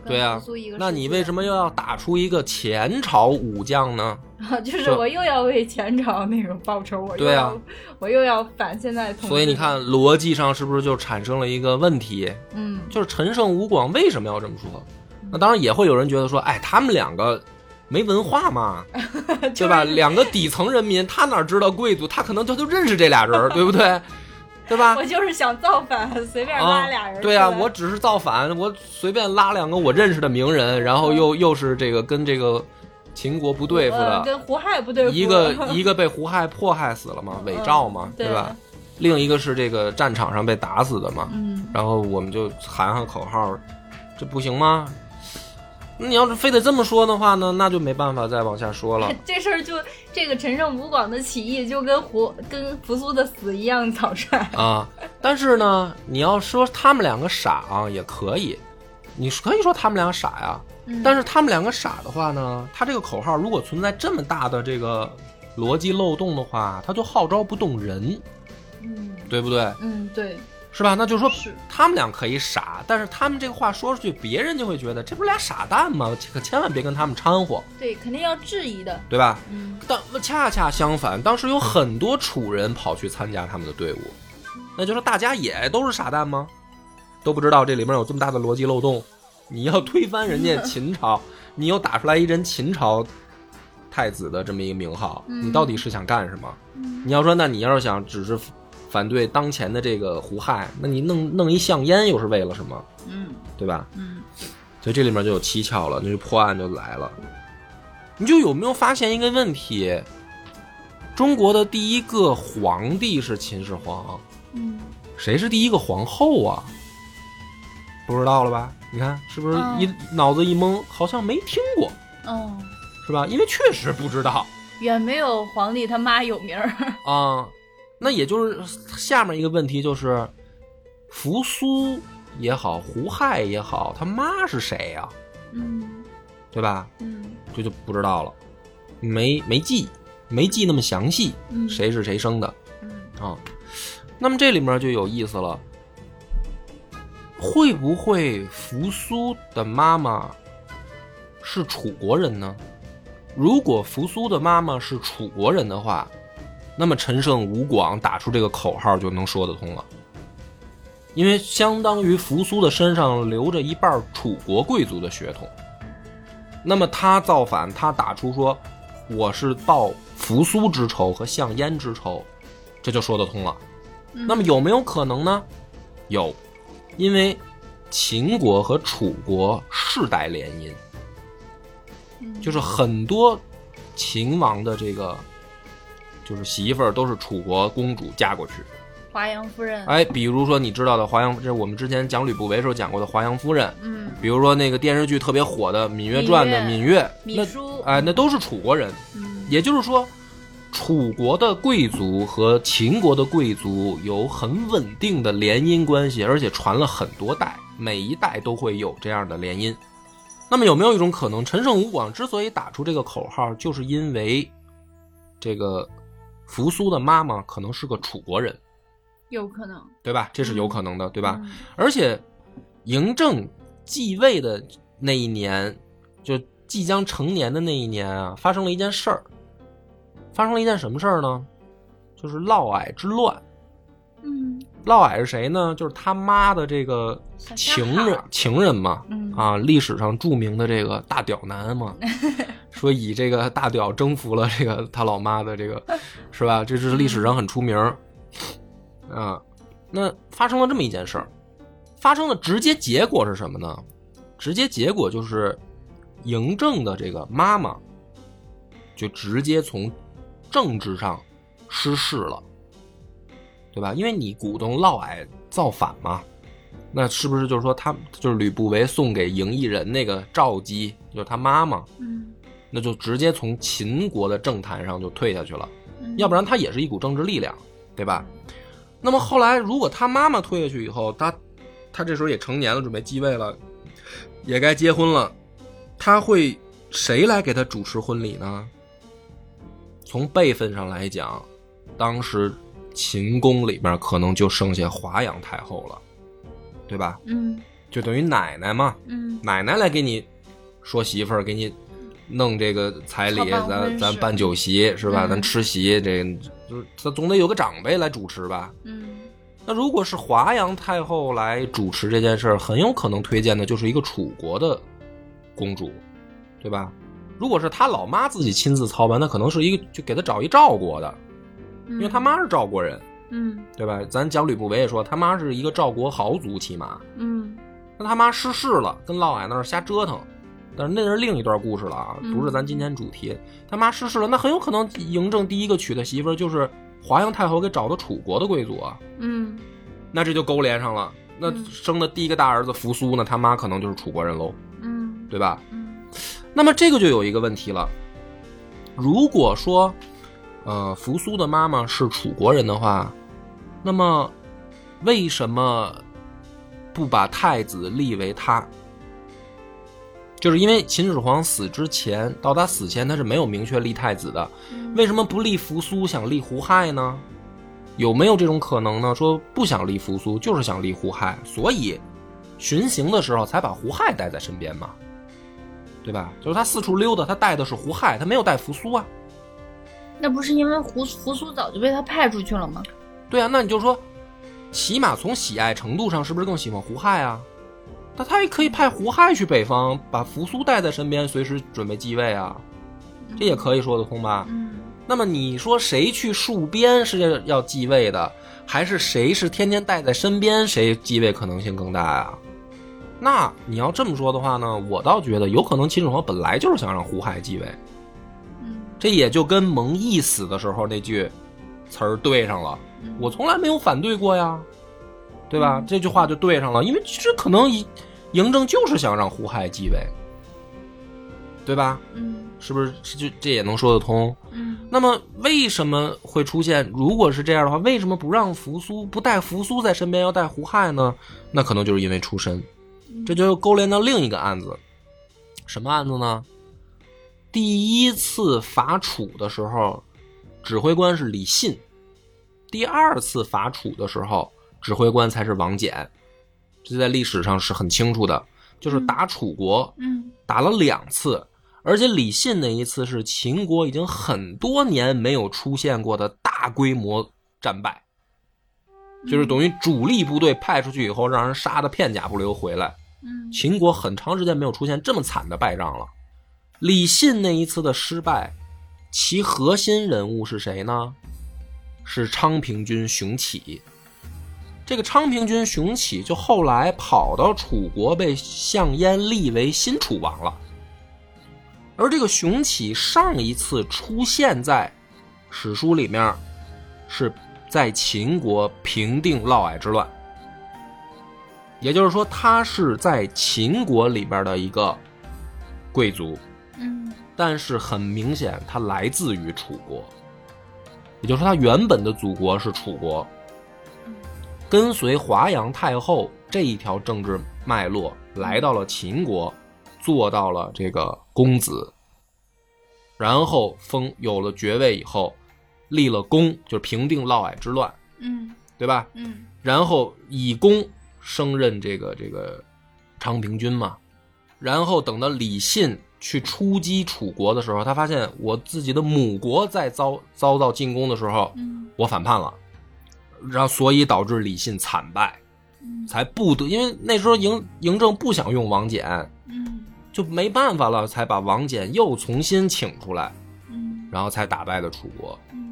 [SPEAKER 3] 跟
[SPEAKER 2] 对啊
[SPEAKER 3] 扶苏一个世界。
[SPEAKER 2] 那你为什么又要打出一个前朝武将呢？
[SPEAKER 3] 啊，就是
[SPEAKER 2] 这
[SPEAKER 3] 我又要为前朝那种报仇，我又
[SPEAKER 2] 对啊
[SPEAKER 3] 要、我又要反现在统治。
[SPEAKER 2] 所以你，看，逻辑上是不是就产生了一个问题？
[SPEAKER 3] 嗯，
[SPEAKER 2] 就是陈胜吴广为什么要这么说？那当然也会有人觉得说，哎，他们两个没文化
[SPEAKER 3] (laughs)
[SPEAKER 2] 嘛，对吧？两个底层人民，他哪知道贵族？他可能就就认识这俩人儿，对不对？对吧
[SPEAKER 3] (laughs) 我？就是想造反，随便
[SPEAKER 2] 啊
[SPEAKER 3] 拉俩人出来、，
[SPEAKER 2] 对啊，我只是造反，我随便拉两个我认识的名人，然后
[SPEAKER 3] 嗯
[SPEAKER 2] 又又是这个跟这个秦国不对付
[SPEAKER 3] 呃
[SPEAKER 2] 的，
[SPEAKER 3] 跟胡亥不对付，
[SPEAKER 2] 一个一个被胡亥迫害死了嘛，伪赵嘛
[SPEAKER 3] 嗯，对
[SPEAKER 2] 对吧？？另一个是这个战场上被打死的嘛，
[SPEAKER 3] 嗯，
[SPEAKER 2] 然后我们就喊喊口号，这不行吗？那你要是非得这么说的话呢，那就没办法再往下说
[SPEAKER 3] (laughs)
[SPEAKER 2] 了。
[SPEAKER 3] 这事儿就这个陈胜吴广的起义就跟胡跟扶苏的死一样草率。
[SPEAKER 2] 啊，但是呢，你要说他们两个傻啊，也可以，你可以说他们俩傻呀、(laughs)
[SPEAKER 3] 嗯
[SPEAKER 2] 但是他们两个傻的话呢，他这个口号如果存在这么大的这个逻辑漏洞的话，他就号召不动人，
[SPEAKER 3] 嗯
[SPEAKER 2] 对不对？
[SPEAKER 3] 嗯，对，
[SPEAKER 2] 是吧？那就说
[SPEAKER 3] 是
[SPEAKER 2] 他们俩可以傻，但是他们这个话说出去，别人就会觉得这不是俩傻蛋吗？可千万别跟他们掺和，
[SPEAKER 3] 对，肯定要质疑的。
[SPEAKER 2] 对吧？
[SPEAKER 3] 嗯
[SPEAKER 2] 但恰恰相反，当时有很多楚人跑去参加他们的队伍，那就说大家也都是傻蛋吗？都不知道这里面有这么大的逻辑漏洞。你要推翻人家秦朝，你又打出来一人秦朝太子的这么一个名号，
[SPEAKER 3] 嗯
[SPEAKER 2] 你到底是想干什么？
[SPEAKER 3] 嗯
[SPEAKER 2] 你要说，那你要是想只是反对当前的这个胡亥，那你弄弄一项燕又是为了什么？
[SPEAKER 3] 嗯
[SPEAKER 2] 对吧？
[SPEAKER 3] 嗯
[SPEAKER 2] 所以这里面就有蹊跷了，那就破案就来了。你就有没有发现一个问题？中国的第一个皇帝是秦始皇，
[SPEAKER 3] 嗯，
[SPEAKER 2] 谁是第一个皇后啊？不知道了吧？你看是不是
[SPEAKER 3] 嗯
[SPEAKER 2] 一、脑子一懵，好像没听过，
[SPEAKER 3] 哦，
[SPEAKER 2] 是吧？因为确实不知道
[SPEAKER 3] 远没有皇帝他妈有名儿。
[SPEAKER 2] 啊、那也就是下面一个问题就是，扶苏也好，胡亥也好，他妈是谁呀、
[SPEAKER 3] 嗯
[SPEAKER 2] 对吧？
[SPEAKER 3] 嗯
[SPEAKER 2] 这就不知道了，没没记，没记那么详细，
[SPEAKER 3] 嗯，？
[SPEAKER 2] 谁是谁生的
[SPEAKER 3] 嗯
[SPEAKER 2] 啊？那么这里面就有意思了，会不会扶苏的妈妈是楚国人呢？如果扶苏的妈妈是楚国人的话，那么陈胜吴广打出这个口号就能说得通了，因为相当于扶苏的身上流着一半儿楚国贵族的血统。那么他造反，他打出说我是报扶苏之仇和项燕之仇，这就说得通了。
[SPEAKER 3] 嗯
[SPEAKER 2] 那么有没有可能呢？有，因为秦国和楚国世代联姻，
[SPEAKER 3] 嗯
[SPEAKER 2] 就是很多秦王的这个就是媳妇儿都是楚国公主嫁过去。
[SPEAKER 3] 华阳夫人。
[SPEAKER 2] 哎，比如说你知道的华阳，这是我们之前讲吕不韦时候讲过的华阳夫人，
[SPEAKER 3] 嗯，
[SPEAKER 2] 比如说那个电视剧特别火的《芈月传》的芈
[SPEAKER 3] 芈
[SPEAKER 2] 月，
[SPEAKER 3] 芈
[SPEAKER 2] 那
[SPEAKER 3] 姝
[SPEAKER 2] 哎，那都是楚国人。
[SPEAKER 3] 嗯
[SPEAKER 2] 也就是说，楚国的贵族和秦国的贵族有很稳定的联姻关系，而且传了很多代，每一代都会有这样的联姻。那么有没有一种可能，陈胜吴广之所以打出这个口号，就是因为这个扶苏的妈妈可能是个楚国人，
[SPEAKER 3] 有可能，
[SPEAKER 2] 对吧？这是有可能的，对
[SPEAKER 3] 对
[SPEAKER 2] 吧？？而且嬴政继位的那一年，就即将成年的那一年啊，发生了一件事儿。发生了一件什么事儿呢？就是嫪毐之乱。
[SPEAKER 3] 嗯
[SPEAKER 2] 嫪毐是谁呢？就是他妈的这个
[SPEAKER 3] 小
[SPEAKER 2] 情
[SPEAKER 3] 三
[SPEAKER 2] 人
[SPEAKER 3] 好，
[SPEAKER 2] 情人嘛，
[SPEAKER 3] 嗯
[SPEAKER 2] 啊，历史上著名的这个大屌男嘛，说以这个大屌征服了这个他老妈的这个，是吧？这是历史上很出名儿，啊，那发生了这么一件事儿，发生的直接结果是什么呢？直接结果就是嬴政的这个妈妈就直接从政治上失势了，对吧？因为你鼓动嫪毐造反嘛，那是不是就是说他就是吕不韦送给嬴异人那个赵姬，就是他妈妈，
[SPEAKER 3] 嗯，
[SPEAKER 2] 那就直接从秦国的政坛上就退下去了，
[SPEAKER 3] 嗯
[SPEAKER 2] 要不然他也是一股政治力量，对吧？那么后来如果他妈妈退下去以后，他他这时候也成年了，准备继位了，也该结婚了，他会谁来给他主持婚礼呢？从辈分上来讲，当时秦宫里面可能就剩下华阳太后了，对吧？
[SPEAKER 3] 嗯
[SPEAKER 2] 就等于奶奶嘛，
[SPEAKER 3] 嗯，
[SPEAKER 2] 奶奶来给你说媳妇儿，给你弄这个彩礼，
[SPEAKER 3] 操办婚
[SPEAKER 2] 咱
[SPEAKER 3] 事
[SPEAKER 2] 咱办酒席是吧？
[SPEAKER 3] 嗯
[SPEAKER 2] 咱吃席，这就是他总得有个长辈来主持吧？
[SPEAKER 3] 嗯
[SPEAKER 2] 那如果是华阳太后来主持这件事儿，很有可能推荐的就是一个楚国的公主，对吧？如果是他老妈自己亲自操办，那可能是一个就给他找一赵国的，
[SPEAKER 3] 嗯，
[SPEAKER 2] 因为他妈是赵国人，
[SPEAKER 3] 嗯，
[SPEAKER 2] 对吧？咱讲吕不韦也说，他妈是一个赵国豪族，起码，
[SPEAKER 3] 嗯
[SPEAKER 2] 那他妈失势了，跟嫪毐那儿瞎折腾。但是那是另一段故事了啊，
[SPEAKER 3] 嗯
[SPEAKER 2] 不是咱今天主题。他妈失势了，那很有可能嬴政第一个娶的媳妇儿就是华阳太后给找的楚国的贵族啊，
[SPEAKER 3] 嗯嗯
[SPEAKER 2] 那这就勾连上了。那
[SPEAKER 3] 嗯
[SPEAKER 2] 生的第一个大儿子扶苏呢，他妈可能就是楚国人喽，
[SPEAKER 3] 嗯
[SPEAKER 2] 对吧？
[SPEAKER 3] 嗯
[SPEAKER 2] 那么这个就有一个问题了，如果说，呃，扶苏的妈妈是楚国人的话，那么为什么不把太子立为他？就是因为秦始皇死之前，到他死前他是没有明确立太子的。
[SPEAKER 3] 嗯，
[SPEAKER 2] 为什么不立扶苏，想立胡亥呢？有没有这种可能呢？说不想立扶苏，就是想立胡亥，所以巡行的时候才把胡亥带在身边嘛，对吧？就是他四处溜达，他带的是胡亥，他没有带扶苏啊。
[SPEAKER 3] 那不是因为胡胡苏早就被他派出去了吗？
[SPEAKER 2] 对啊，那你就说，起码从喜爱程度上，是不是更喜欢胡亥啊？那他也可以派胡亥去北方，把扶苏带在身边，随时准备继位啊，这也可以说得通吧？
[SPEAKER 3] 嗯
[SPEAKER 2] 那么你说谁去戍边是要继位的，还是谁是天天带在身边，谁继位可能性更大啊？那你要这么说的话呢，我倒觉得有可能秦始皇本来就是想让胡亥继位，
[SPEAKER 3] 嗯
[SPEAKER 2] 这也就跟蒙毅死的时候那句词儿对上了。
[SPEAKER 3] 嗯，
[SPEAKER 2] 我从来没有反对过呀，对吧？
[SPEAKER 3] 嗯
[SPEAKER 2] 这句话就对上了，因为这可能嬴嬴政就是想让胡亥继位，对吧？
[SPEAKER 3] 嗯
[SPEAKER 2] 是不是？这这也能说得通？
[SPEAKER 3] 嗯
[SPEAKER 2] 那么为什么会出现？如果是这样的话，为什么不让扶苏不带扶苏在身边，要带胡亥呢？那可能就是因为出身，这就勾连到另一个案子，什么案子呢？第一次伐楚的时候，指挥官是李信；第二次伐楚的时候，指挥官才是王翦。这在历史上是很清楚的，就是
[SPEAKER 3] 嗯
[SPEAKER 2] 打楚国，
[SPEAKER 3] 嗯
[SPEAKER 2] 打了两次，而且李信那一次是秦国已经很多年没有出现过的大规模战败，
[SPEAKER 3] 嗯
[SPEAKER 2] 就是等于主力部队派出去以后，让人杀的片甲不留回来。
[SPEAKER 3] 嗯
[SPEAKER 2] 秦国很长时间没有出现这么惨的败仗了。李信那一次的失败，其核心人物是谁呢？是昌平君熊起。这个昌平君熊起就后来跑到楚国，被项燕立为新楚王了。而这个熊起上一次出现在史书里面，是在秦国平定嫪毐之乱。也就是说，他是在秦国里边的一个贵族，
[SPEAKER 3] 嗯
[SPEAKER 2] 但是很明显，他来自于楚国，也就是说，他原本的祖国是楚国。跟随华阳太后这一条政治脉络，来到了秦国，做到了这个公子，然后封有了爵位以后，立了功，就是平定嫪毐之乱，
[SPEAKER 3] 嗯
[SPEAKER 2] 对吧？
[SPEAKER 3] 嗯
[SPEAKER 2] 然后以功升任这个这个昌平君嘛。然后等到李信去出击楚国的时候，他发现我自己的母国在遭遭到进攻的时候，
[SPEAKER 3] 嗯
[SPEAKER 2] 我反叛了，然后所以导致李信惨败，
[SPEAKER 3] 嗯
[SPEAKER 2] 才不得，因为那时候嬴嬴政不想用王翦，
[SPEAKER 3] 嗯
[SPEAKER 2] 就没办法了，才把王翦又重新请出来，
[SPEAKER 3] 嗯
[SPEAKER 2] 然后才打败了楚国。
[SPEAKER 3] 嗯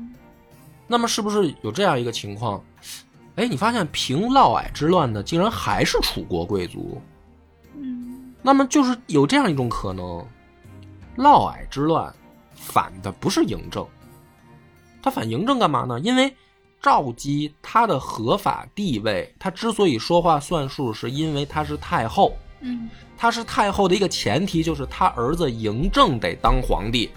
[SPEAKER 2] 那么是不是有这样一个情况？哎，你发现平嫪毐之乱的竟然还是楚国贵族，
[SPEAKER 3] 嗯
[SPEAKER 2] 那么就是有这样一种可能，嫪毐之乱反的不是嬴政，他反嬴政干嘛呢？因为赵姬她的合法地位，她之所以说话算数，是因为她是太后，
[SPEAKER 3] 嗯
[SPEAKER 2] 她是太后的一个前提就是她儿子嬴政得当皇帝，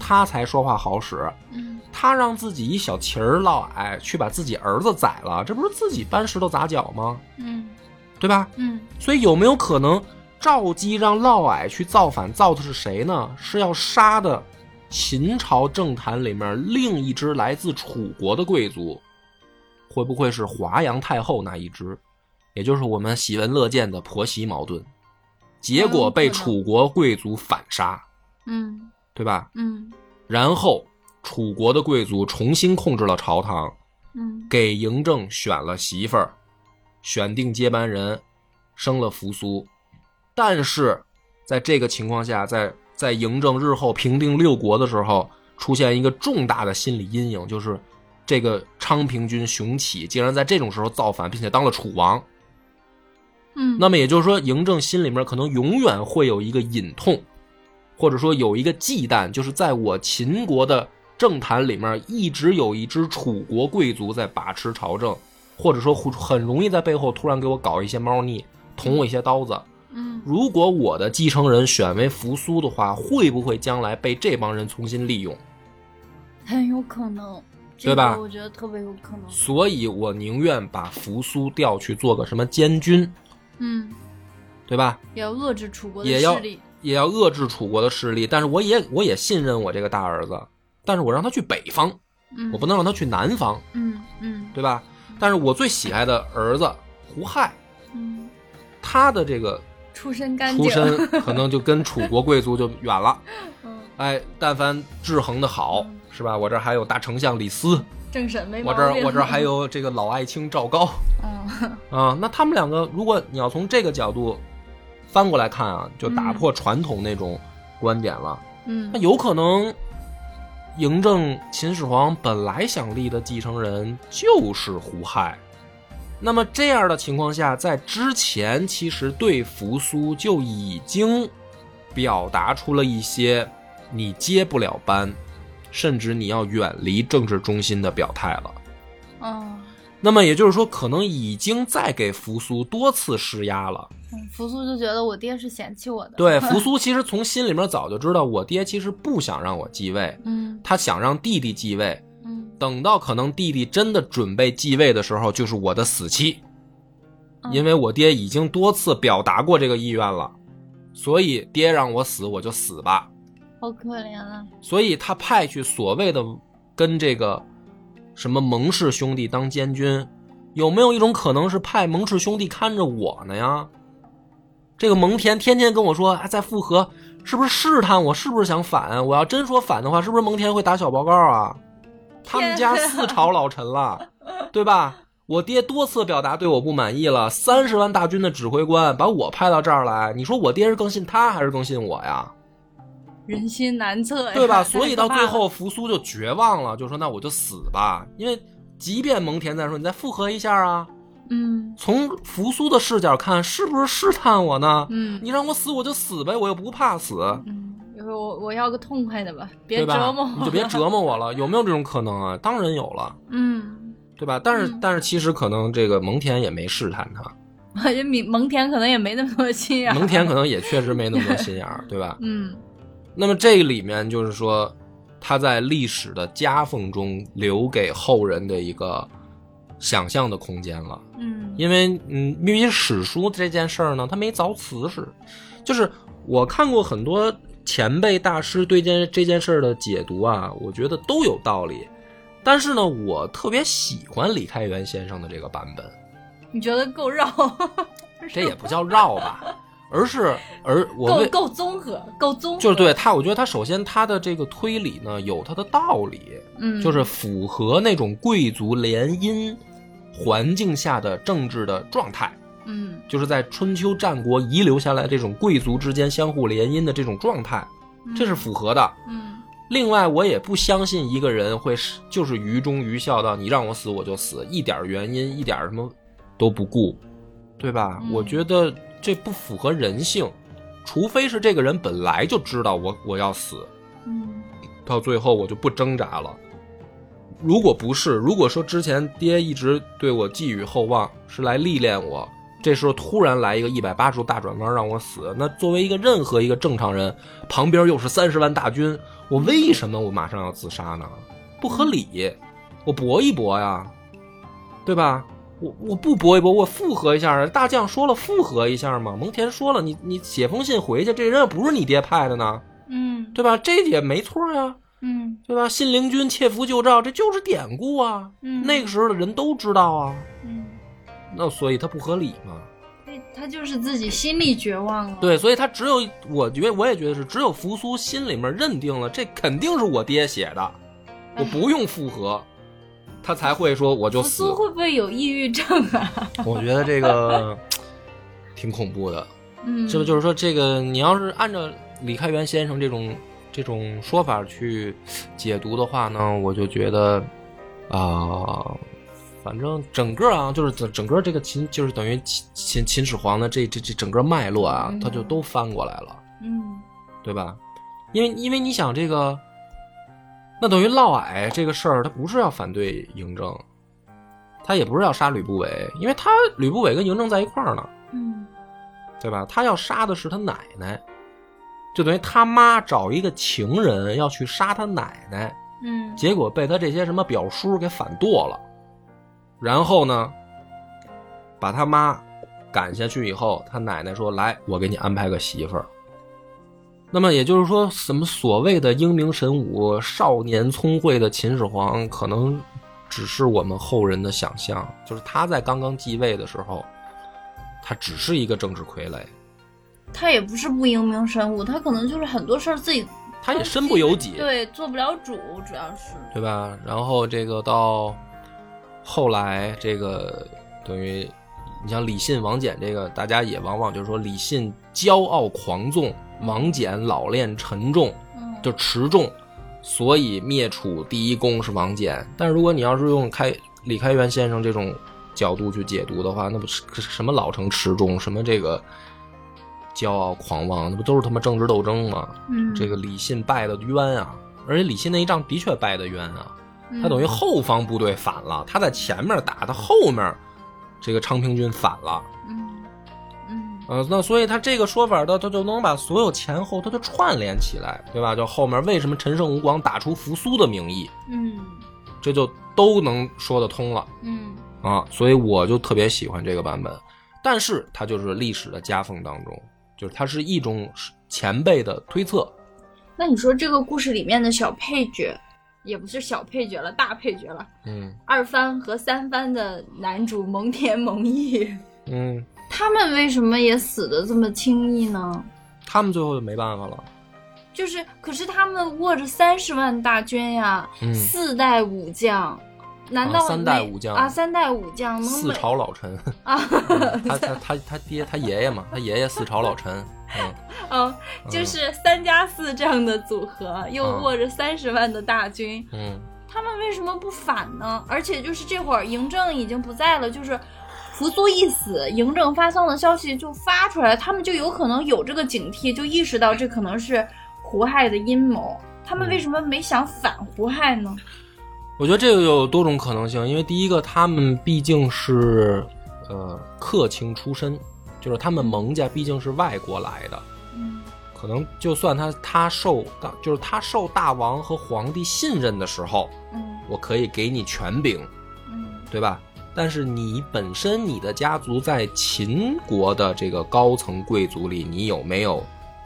[SPEAKER 2] 她才说话好使。
[SPEAKER 3] 嗯
[SPEAKER 2] 他让自己一小旗儿嫪毐去把自己儿子宰了，这不是自己搬石头砸脚吗？
[SPEAKER 3] 嗯
[SPEAKER 2] 对吧？
[SPEAKER 3] 嗯
[SPEAKER 2] 所以有没有可能赵姬让嫪毐去造反，造的是谁呢？是要杀的秦朝政坛里面另一支来自楚国的贵族，会不会是华阳太后那一支？也就是我们喜闻乐见的婆媳矛盾，结果被
[SPEAKER 3] 嗯可能
[SPEAKER 2] 楚国贵族反杀，
[SPEAKER 3] 嗯
[SPEAKER 2] 对吧？
[SPEAKER 3] 嗯
[SPEAKER 2] 然后楚国的贵族重新控制了朝堂，
[SPEAKER 3] 嗯
[SPEAKER 2] 给嬴政选了媳妇儿，选定接班人，生了扶苏。但是在这个情况下，在在嬴政日后平定六国的时候，出现一个重大的心理阴影，就是这个昌平君熊起竟然在这种时候造反，并且当了楚王。
[SPEAKER 3] 嗯，
[SPEAKER 2] 那么也就是说，嬴政心里面可能永远会有一个隐痛，或者说有一个忌惮，就是在我秦国的政坛里面，一直有一支楚国贵族在把持朝政，或者说很容易在背后突然给我搞一些猫腻，捅我一些刀子。
[SPEAKER 3] 嗯
[SPEAKER 2] 如果我的继承人选为扶苏的话，会不会将来被这帮人重新利用？
[SPEAKER 3] 很有可能，这
[SPEAKER 2] 对吧
[SPEAKER 3] 个我觉得特别有可能，
[SPEAKER 2] 所以我宁愿把扶苏调去做个什么监军，
[SPEAKER 3] 嗯，
[SPEAKER 2] 对吧？
[SPEAKER 3] 也要遏制楚国的
[SPEAKER 2] 也要
[SPEAKER 3] 势力，
[SPEAKER 2] 也要遏制楚国的势力，但是我也我也信任我这个大儿子，但是我让他去北方，
[SPEAKER 3] 嗯，
[SPEAKER 2] 我不能让他去南方，
[SPEAKER 3] 嗯嗯
[SPEAKER 2] 对吧？但是我最喜爱的儿子胡亥，
[SPEAKER 3] 嗯，
[SPEAKER 2] 他的这个
[SPEAKER 3] 出身干净， (laughs)
[SPEAKER 2] 出身 (laughs) 可能就跟楚国贵族就远了。
[SPEAKER 3] 嗯，
[SPEAKER 2] 哎，但凡制衡的好，是吧？我这儿还有大丞相李斯，
[SPEAKER 3] 政审没
[SPEAKER 2] 我
[SPEAKER 3] 毛
[SPEAKER 2] 这儿
[SPEAKER 3] 病，
[SPEAKER 2] 我这儿还，有这个老爱卿赵高
[SPEAKER 3] 嗯
[SPEAKER 2] 啊。那他们两个，如果你要从这个角度翻过来看啊，就打
[SPEAKER 3] 嗯
[SPEAKER 2] 破传统那种观点了。那
[SPEAKER 3] 嗯
[SPEAKER 2] 有可能，嬴政、秦始皇本来想立的继承人就是胡亥。那么这样的情况下，在之前其实对扶苏就已经表达出了一些你接不了班，甚至你要远离政治中心的表态了。
[SPEAKER 3] 嗯
[SPEAKER 2] 那么也就是说，可能已经在给扶苏多次施压了。
[SPEAKER 3] 嗯，扶苏就觉得我爹是嫌弃我的，，
[SPEAKER 2] 对，扶苏其实从心里面早就知道，我爹其实不想让我继位，
[SPEAKER 3] 嗯
[SPEAKER 2] 他想让弟弟继位，
[SPEAKER 3] 嗯，
[SPEAKER 2] 等到可能弟弟真的准备继位的时候，就是我的死期，
[SPEAKER 3] 嗯
[SPEAKER 2] 因为我爹已经多次表达过这个意愿了，所以爹让我死我就死吧。
[SPEAKER 3] 好可怜啊，
[SPEAKER 2] 所以他派去所谓的跟这个什么蒙氏兄弟当监军，有没有一种可能是派蒙氏兄弟看着我呢呀？这个蒙恬天天跟我说，哎，在复合，是不是试探我？是不是想反？我要真说反的话，是不是蒙恬会打小报告啊？他们家
[SPEAKER 3] 天啊
[SPEAKER 2] 四朝老臣了，对吧？我爹多次表达对我不满意了，三十万大军的指挥官把我派到这儿来，你说我爹是更信他还是更信我呀？
[SPEAKER 3] 人心难测哎呀，
[SPEAKER 2] 对吧？
[SPEAKER 3] 太
[SPEAKER 2] 所以到
[SPEAKER 3] 可
[SPEAKER 2] 最
[SPEAKER 3] 怕了，
[SPEAKER 2] 后，扶苏就绝望了，就说那我就死吧。因为即便蒙恬再说你再复合一下啊，
[SPEAKER 3] 嗯
[SPEAKER 2] 从扶苏的视角看，是不是试探我呢？
[SPEAKER 3] 嗯，
[SPEAKER 2] 你让我死我就死呗，我又不怕死，
[SPEAKER 3] 嗯，就是我我要个痛快的吧，别
[SPEAKER 2] 对吧？
[SPEAKER 3] 折磨我，
[SPEAKER 2] 你就别折磨我了，有没有这种可能啊？当然有了，
[SPEAKER 3] 嗯， (laughs)
[SPEAKER 2] 对吧？但是、
[SPEAKER 3] 嗯
[SPEAKER 2] 但是其实可能这个蒙恬也没试探他，
[SPEAKER 3] 我觉得蒙蒙恬可能也没那么多心眼儿，
[SPEAKER 2] 蒙恬可能也确实没那么多心眼儿，对吧？
[SPEAKER 3] 嗯
[SPEAKER 2] 那么这里面就是说，他在历史的夹缝中留给后人的一个想象的空间了。
[SPEAKER 3] 嗯
[SPEAKER 2] 因为，嗯，因为史书这件事儿呢，它没凿瓷实，就是我看过很多前辈大师对这件这件事儿的解读啊，我觉得都有道理。但是呢，我特别喜欢李开元先生的这个版本，
[SPEAKER 3] 你觉得够绕，
[SPEAKER 2] 这也不叫绕吧，
[SPEAKER 3] (laughs)
[SPEAKER 2] 而是而我
[SPEAKER 3] 够
[SPEAKER 2] 为
[SPEAKER 3] 够综合，够综合，
[SPEAKER 2] 就是对他，我觉得他首先他的这个推理呢有他的道理，
[SPEAKER 3] 嗯，
[SPEAKER 2] 就是符合那种贵族联姻环境下的政治的状态，
[SPEAKER 3] 嗯
[SPEAKER 2] 就是在春秋战国遗留下来这种贵族之间相互联姻的这种状态，
[SPEAKER 3] 嗯
[SPEAKER 2] 这是符合的。
[SPEAKER 3] 嗯
[SPEAKER 2] 另外，我也不相信一个人会是就是愚忠愚孝到你让我死我就死，一点原因一点什么都不顾，对吧？
[SPEAKER 3] 嗯
[SPEAKER 2] 我觉得这不符合人性，除非是这个人本来就知道我我要死，
[SPEAKER 3] 嗯
[SPEAKER 2] 到最后我就不挣扎了。如果不是，如果说之前爹一直对我寄予厚望，是来历练我，这时候突然来一个一百八十度大转弯让我死，那作为一个任何一个正常人，旁边又是三十万大军，我为什么我马上要自杀呢？不合理，我搏一搏呀，对吧？我我不搏一搏，我复合一下啊。大将说了复合一下嘛，蒙恬说了，你你写封信回去，这人也不是你爹派的呢，
[SPEAKER 3] 嗯
[SPEAKER 2] 对吧？这也没错呀、
[SPEAKER 3] 嗯
[SPEAKER 2] 对吧？信陵君窃符救赵，这就是典故啊。
[SPEAKER 3] 嗯，
[SPEAKER 2] 那个时候的人都知道啊，
[SPEAKER 3] 嗯，
[SPEAKER 2] 那所以它不合理嘛。
[SPEAKER 3] 所以他就是自己心里绝望了。
[SPEAKER 2] 对，所以他只有我觉我也觉得是只有扶苏心里面认定了这肯定是我爹写的，我不用复核，他才会说我就
[SPEAKER 3] 哎扶
[SPEAKER 2] 死。
[SPEAKER 3] 苏会不会有抑郁症 (laughs) 啊？
[SPEAKER 2] 我觉得这个 (laughs) 挺恐怖的，
[SPEAKER 3] 嗯，
[SPEAKER 2] 这不就是说这个你要是按照李开元先生这种这种说法去解读的话呢，我就觉得啊、反正整个啊，就是整整个这个秦就是等于秦秦秦始皇的这这这整个脉络啊
[SPEAKER 3] 嗯，
[SPEAKER 2] 它就都翻过来了。
[SPEAKER 3] 嗯
[SPEAKER 2] 对吧？因为因为你想这个，那等于嫪毐这个事儿，他不是要反对嬴政，他也不是要杀吕不韦，因为他吕不韦跟嬴政在一块儿呢，
[SPEAKER 3] 嗯
[SPEAKER 2] 对吧？他要杀的是他奶奶，就等于他妈找一个情人要去杀他奶奶，
[SPEAKER 3] 嗯
[SPEAKER 2] 结果被他这些什么表叔给反剁了，然后呢，把他妈赶下去以后，他奶奶说：“来，我给你安排个媳妇儿。”那么也就是说，什么所谓的英明神武、少年聪慧的秦始皇，可能只是我们后人的想象。就是他在刚刚继位的时候，他只是一个政治傀儡，
[SPEAKER 3] 他也不是不英明神武，他可能就是很多事儿自己
[SPEAKER 2] 他也身不由己。
[SPEAKER 3] 对做不了主，主要是
[SPEAKER 2] 对吧？然后这个到后来，这个等于你像李信、王翦这个，大家也往往就是说李信骄傲狂纵，王翦老练沉重，
[SPEAKER 3] 嗯
[SPEAKER 2] 就持重，所以灭楚第一功是王翦。但是如果你要是用开李开元先生这种角度去解读的话，那不是什么老成持重，什么这个骄傲狂妄，那不都是他妈政治斗争吗？
[SPEAKER 3] 嗯
[SPEAKER 2] 这个李信败的冤啊，而且李信那一仗的确败的冤啊，
[SPEAKER 3] 嗯
[SPEAKER 2] 他等于后方部队反了，他在前面打，他后面这个昌平军反了，
[SPEAKER 3] 嗯嗯
[SPEAKER 2] 呃，那所以他这个说法的，他就能把所有前后他就串联起来，对吧？就后面为什么陈胜吴广打出扶苏的名义，
[SPEAKER 3] 嗯
[SPEAKER 2] 这就都能说得通了
[SPEAKER 3] 嗯
[SPEAKER 2] 啊，所以我就特别喜欢这个版本，但是它就是历史的夹缝当中，就是它是一种前辈的推测，
[SPEAKER 3] 那你说这个故事里面的小配角，也不是小配角了，大配角了，
[SPEAKER 2] 嗯
[SPEAKER 3] 二番和三番的男主蒙恬、蒙毅，
[SPEAKER 2] 嗯，
[SPEAKER 3] 他们为什么也死的这么轻易呢？
[SPEAKER 2] 他们最后就没办法了。
[SPEAKER 3] 就是，可是他们握着三十万大军呀，
[SPEAKER 2] 嗯
[SPEAKER 3] 四代武将，难道
[SPEAKER 2] 啊三代
[SPEAKER 3] 那
[SPEAKER 2] 武将
[SPEAKER 3] 啊？三代武将能
[SPEAKER 2] 四
[SPEAKER 3] 每
[SPEAKER 2] 朝老臣，嗯
[SPEAKER 3] 啊？ (laughs)
[SPEAKER 2] 他他他他爹他爷爷嘛，他爷爷四朝老臣，嗯，
[SPEAKER 3] 哦，就是三加四这样的组合，又
[SPEAKER 2] 嗯
[SPEAKER 3] 握着三十万的大军，
[SPEAKER 2] 嗯，
[SPEAKER 3] 他们为什么不反呢？而且就是这会儿嬴政已经不在了，就是扶苏一死，嬴政发丧的消息就发出来，他们就有可能有这个警惕，就意识到这可能是胡亥的阴谋。他们为什么没想反胡亥呢？
[SPEAKER 2] 我觉得这个有多种可能性，因为第一个，他们毕竟是呃客卿出身，就是他们蒙家毕竟是外国来的，
[SPEAKER 3] 嗯
[SPEAKER 2] 可能就算他他受大，就是他受大王和皇帝信任的时候，
[SPEAKER 3] 嗯
[SPEAKER 2] 我可以给你权柄，
[SPEAKER 3] 嗯
[SPEAKER 2] 对吧？但是你本身你的家族在秦国的这个高层贵族里，你有没有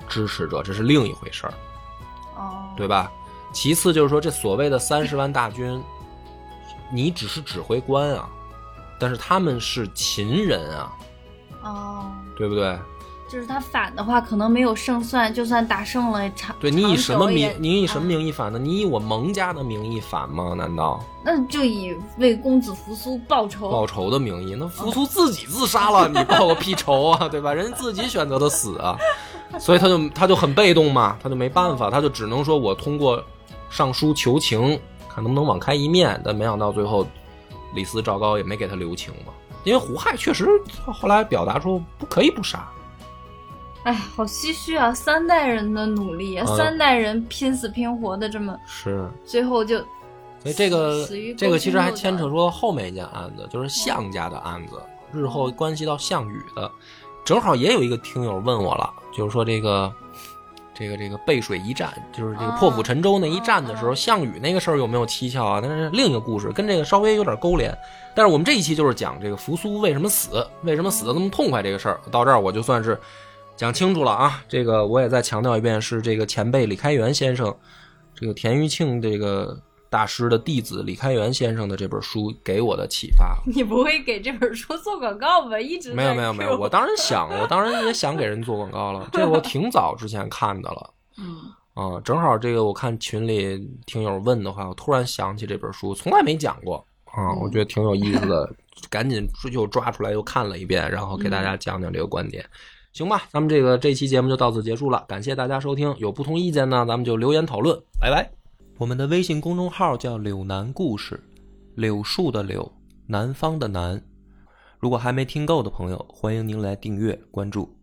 [SPEAKER 2] 支持者，这是另一回事儿。
[SPEAKER 3] 哦，
[SPEAKER 2] 对吧？其次就是说，这所谓的三十万大军，你只是指挥官啊，但是他们是秦人啊，
[SPEAKER 3] 哦，
[SPEAKER 2] 对不对？
[SPEAKER 3] 就是他反的话，可能没有胜算，就算打胜了，长
[SPEAKER 2] 对你以什么
[SPEAKER 3] 长久
[SPEAKER 2] 名
[SPEAKER 3] 也？啊
[SPEAKER 2] 你以什么名义反呢？你以我蒙家的名义反吗？难道
[SPEAKER 3] 那就以为公子扶苏报仇。
[SPEAKER 2] 报仇的名义？那扶苏自己自杀了，你报个屁仇啊，对吧？人家自己选择的死啊，所以他就他就很被动嘛，他就没办法，他就只能说我通过上书求情，看能不能网开一面。但没想到最后，李斯、赵高也没给他留情嘛，因为胡亥确实后来表达出不可以不杀，
[SPEAKER 3] 哎，好唏嘘啊！三代人的努力，
[SPEAKER 2] 嗯
[SPEAKER 3] 三代人拼死拼活的，这么
[SPEAKER 2] 是，
[SPEAKER 3] 最后就 (laughs)
[SPEAKER 2] 所以这个
[SPEAKER 3] 死于
[SPEAKER 2] 这个
[SPEAKER 3] 勾
[SPEAKER 2] 其
[SPEAKER 3] 心
[SPEAKER 2] 实还
[SPEAKER 3] 斗角
[SPEAKER 2] 牵扯说后面一件案子，就是项家的案子，日后关系到项羽的。正好也有一个听友问我了，就是说这个这个这个背水一战，就是这个
[SPEAKER 3] 啊
[SPEAKER 2] 破釜沉舟那一战的时候，
[SPEAKER 3] 啊
[SPEAKER 2] 项羽那个事儿有没有蹊跷啊？但是另一个故事跟这个稍微有点勾连。但是我们这一期就是讲这个扶苏为什么死，为什么死的那么痛快这个事儿。到这儿我就算是讲清楚了啊。这个我也再强调一遍，是这个前辈李开元先生这个田余庆这个大师的弟子李开元先生的这本书给我的启发。
[SPEAKER 3] 你不会给这本书做广告吧？一直
[SPEAKER 2] (laughs) 没有没有没有，我当然想，我当然也想给人做广告了。这是我挺早之前看的了
[SPEAKER 3] 嗯
[SPEAKER 2] 啊、正好这个我看群里听友问的话，我突然想起这本书，从来没讲过啊、
[SPEAKER 3] 嗯
[SPEAKER 2] 我觉得挺有意思的， (laughs) 赶紧又抓出来又看了一遍，然后给大家讲讲这个观点。行吧，咱们这个这期节目就到此结束了，感谢大家收听。有不同意见呢，咱们就留言讨论。拜拜。我们的微信公众号叫“柳南故事”，柳树的柳，南方的南。如果还没听够的朋友，欢迎您来订阅关注。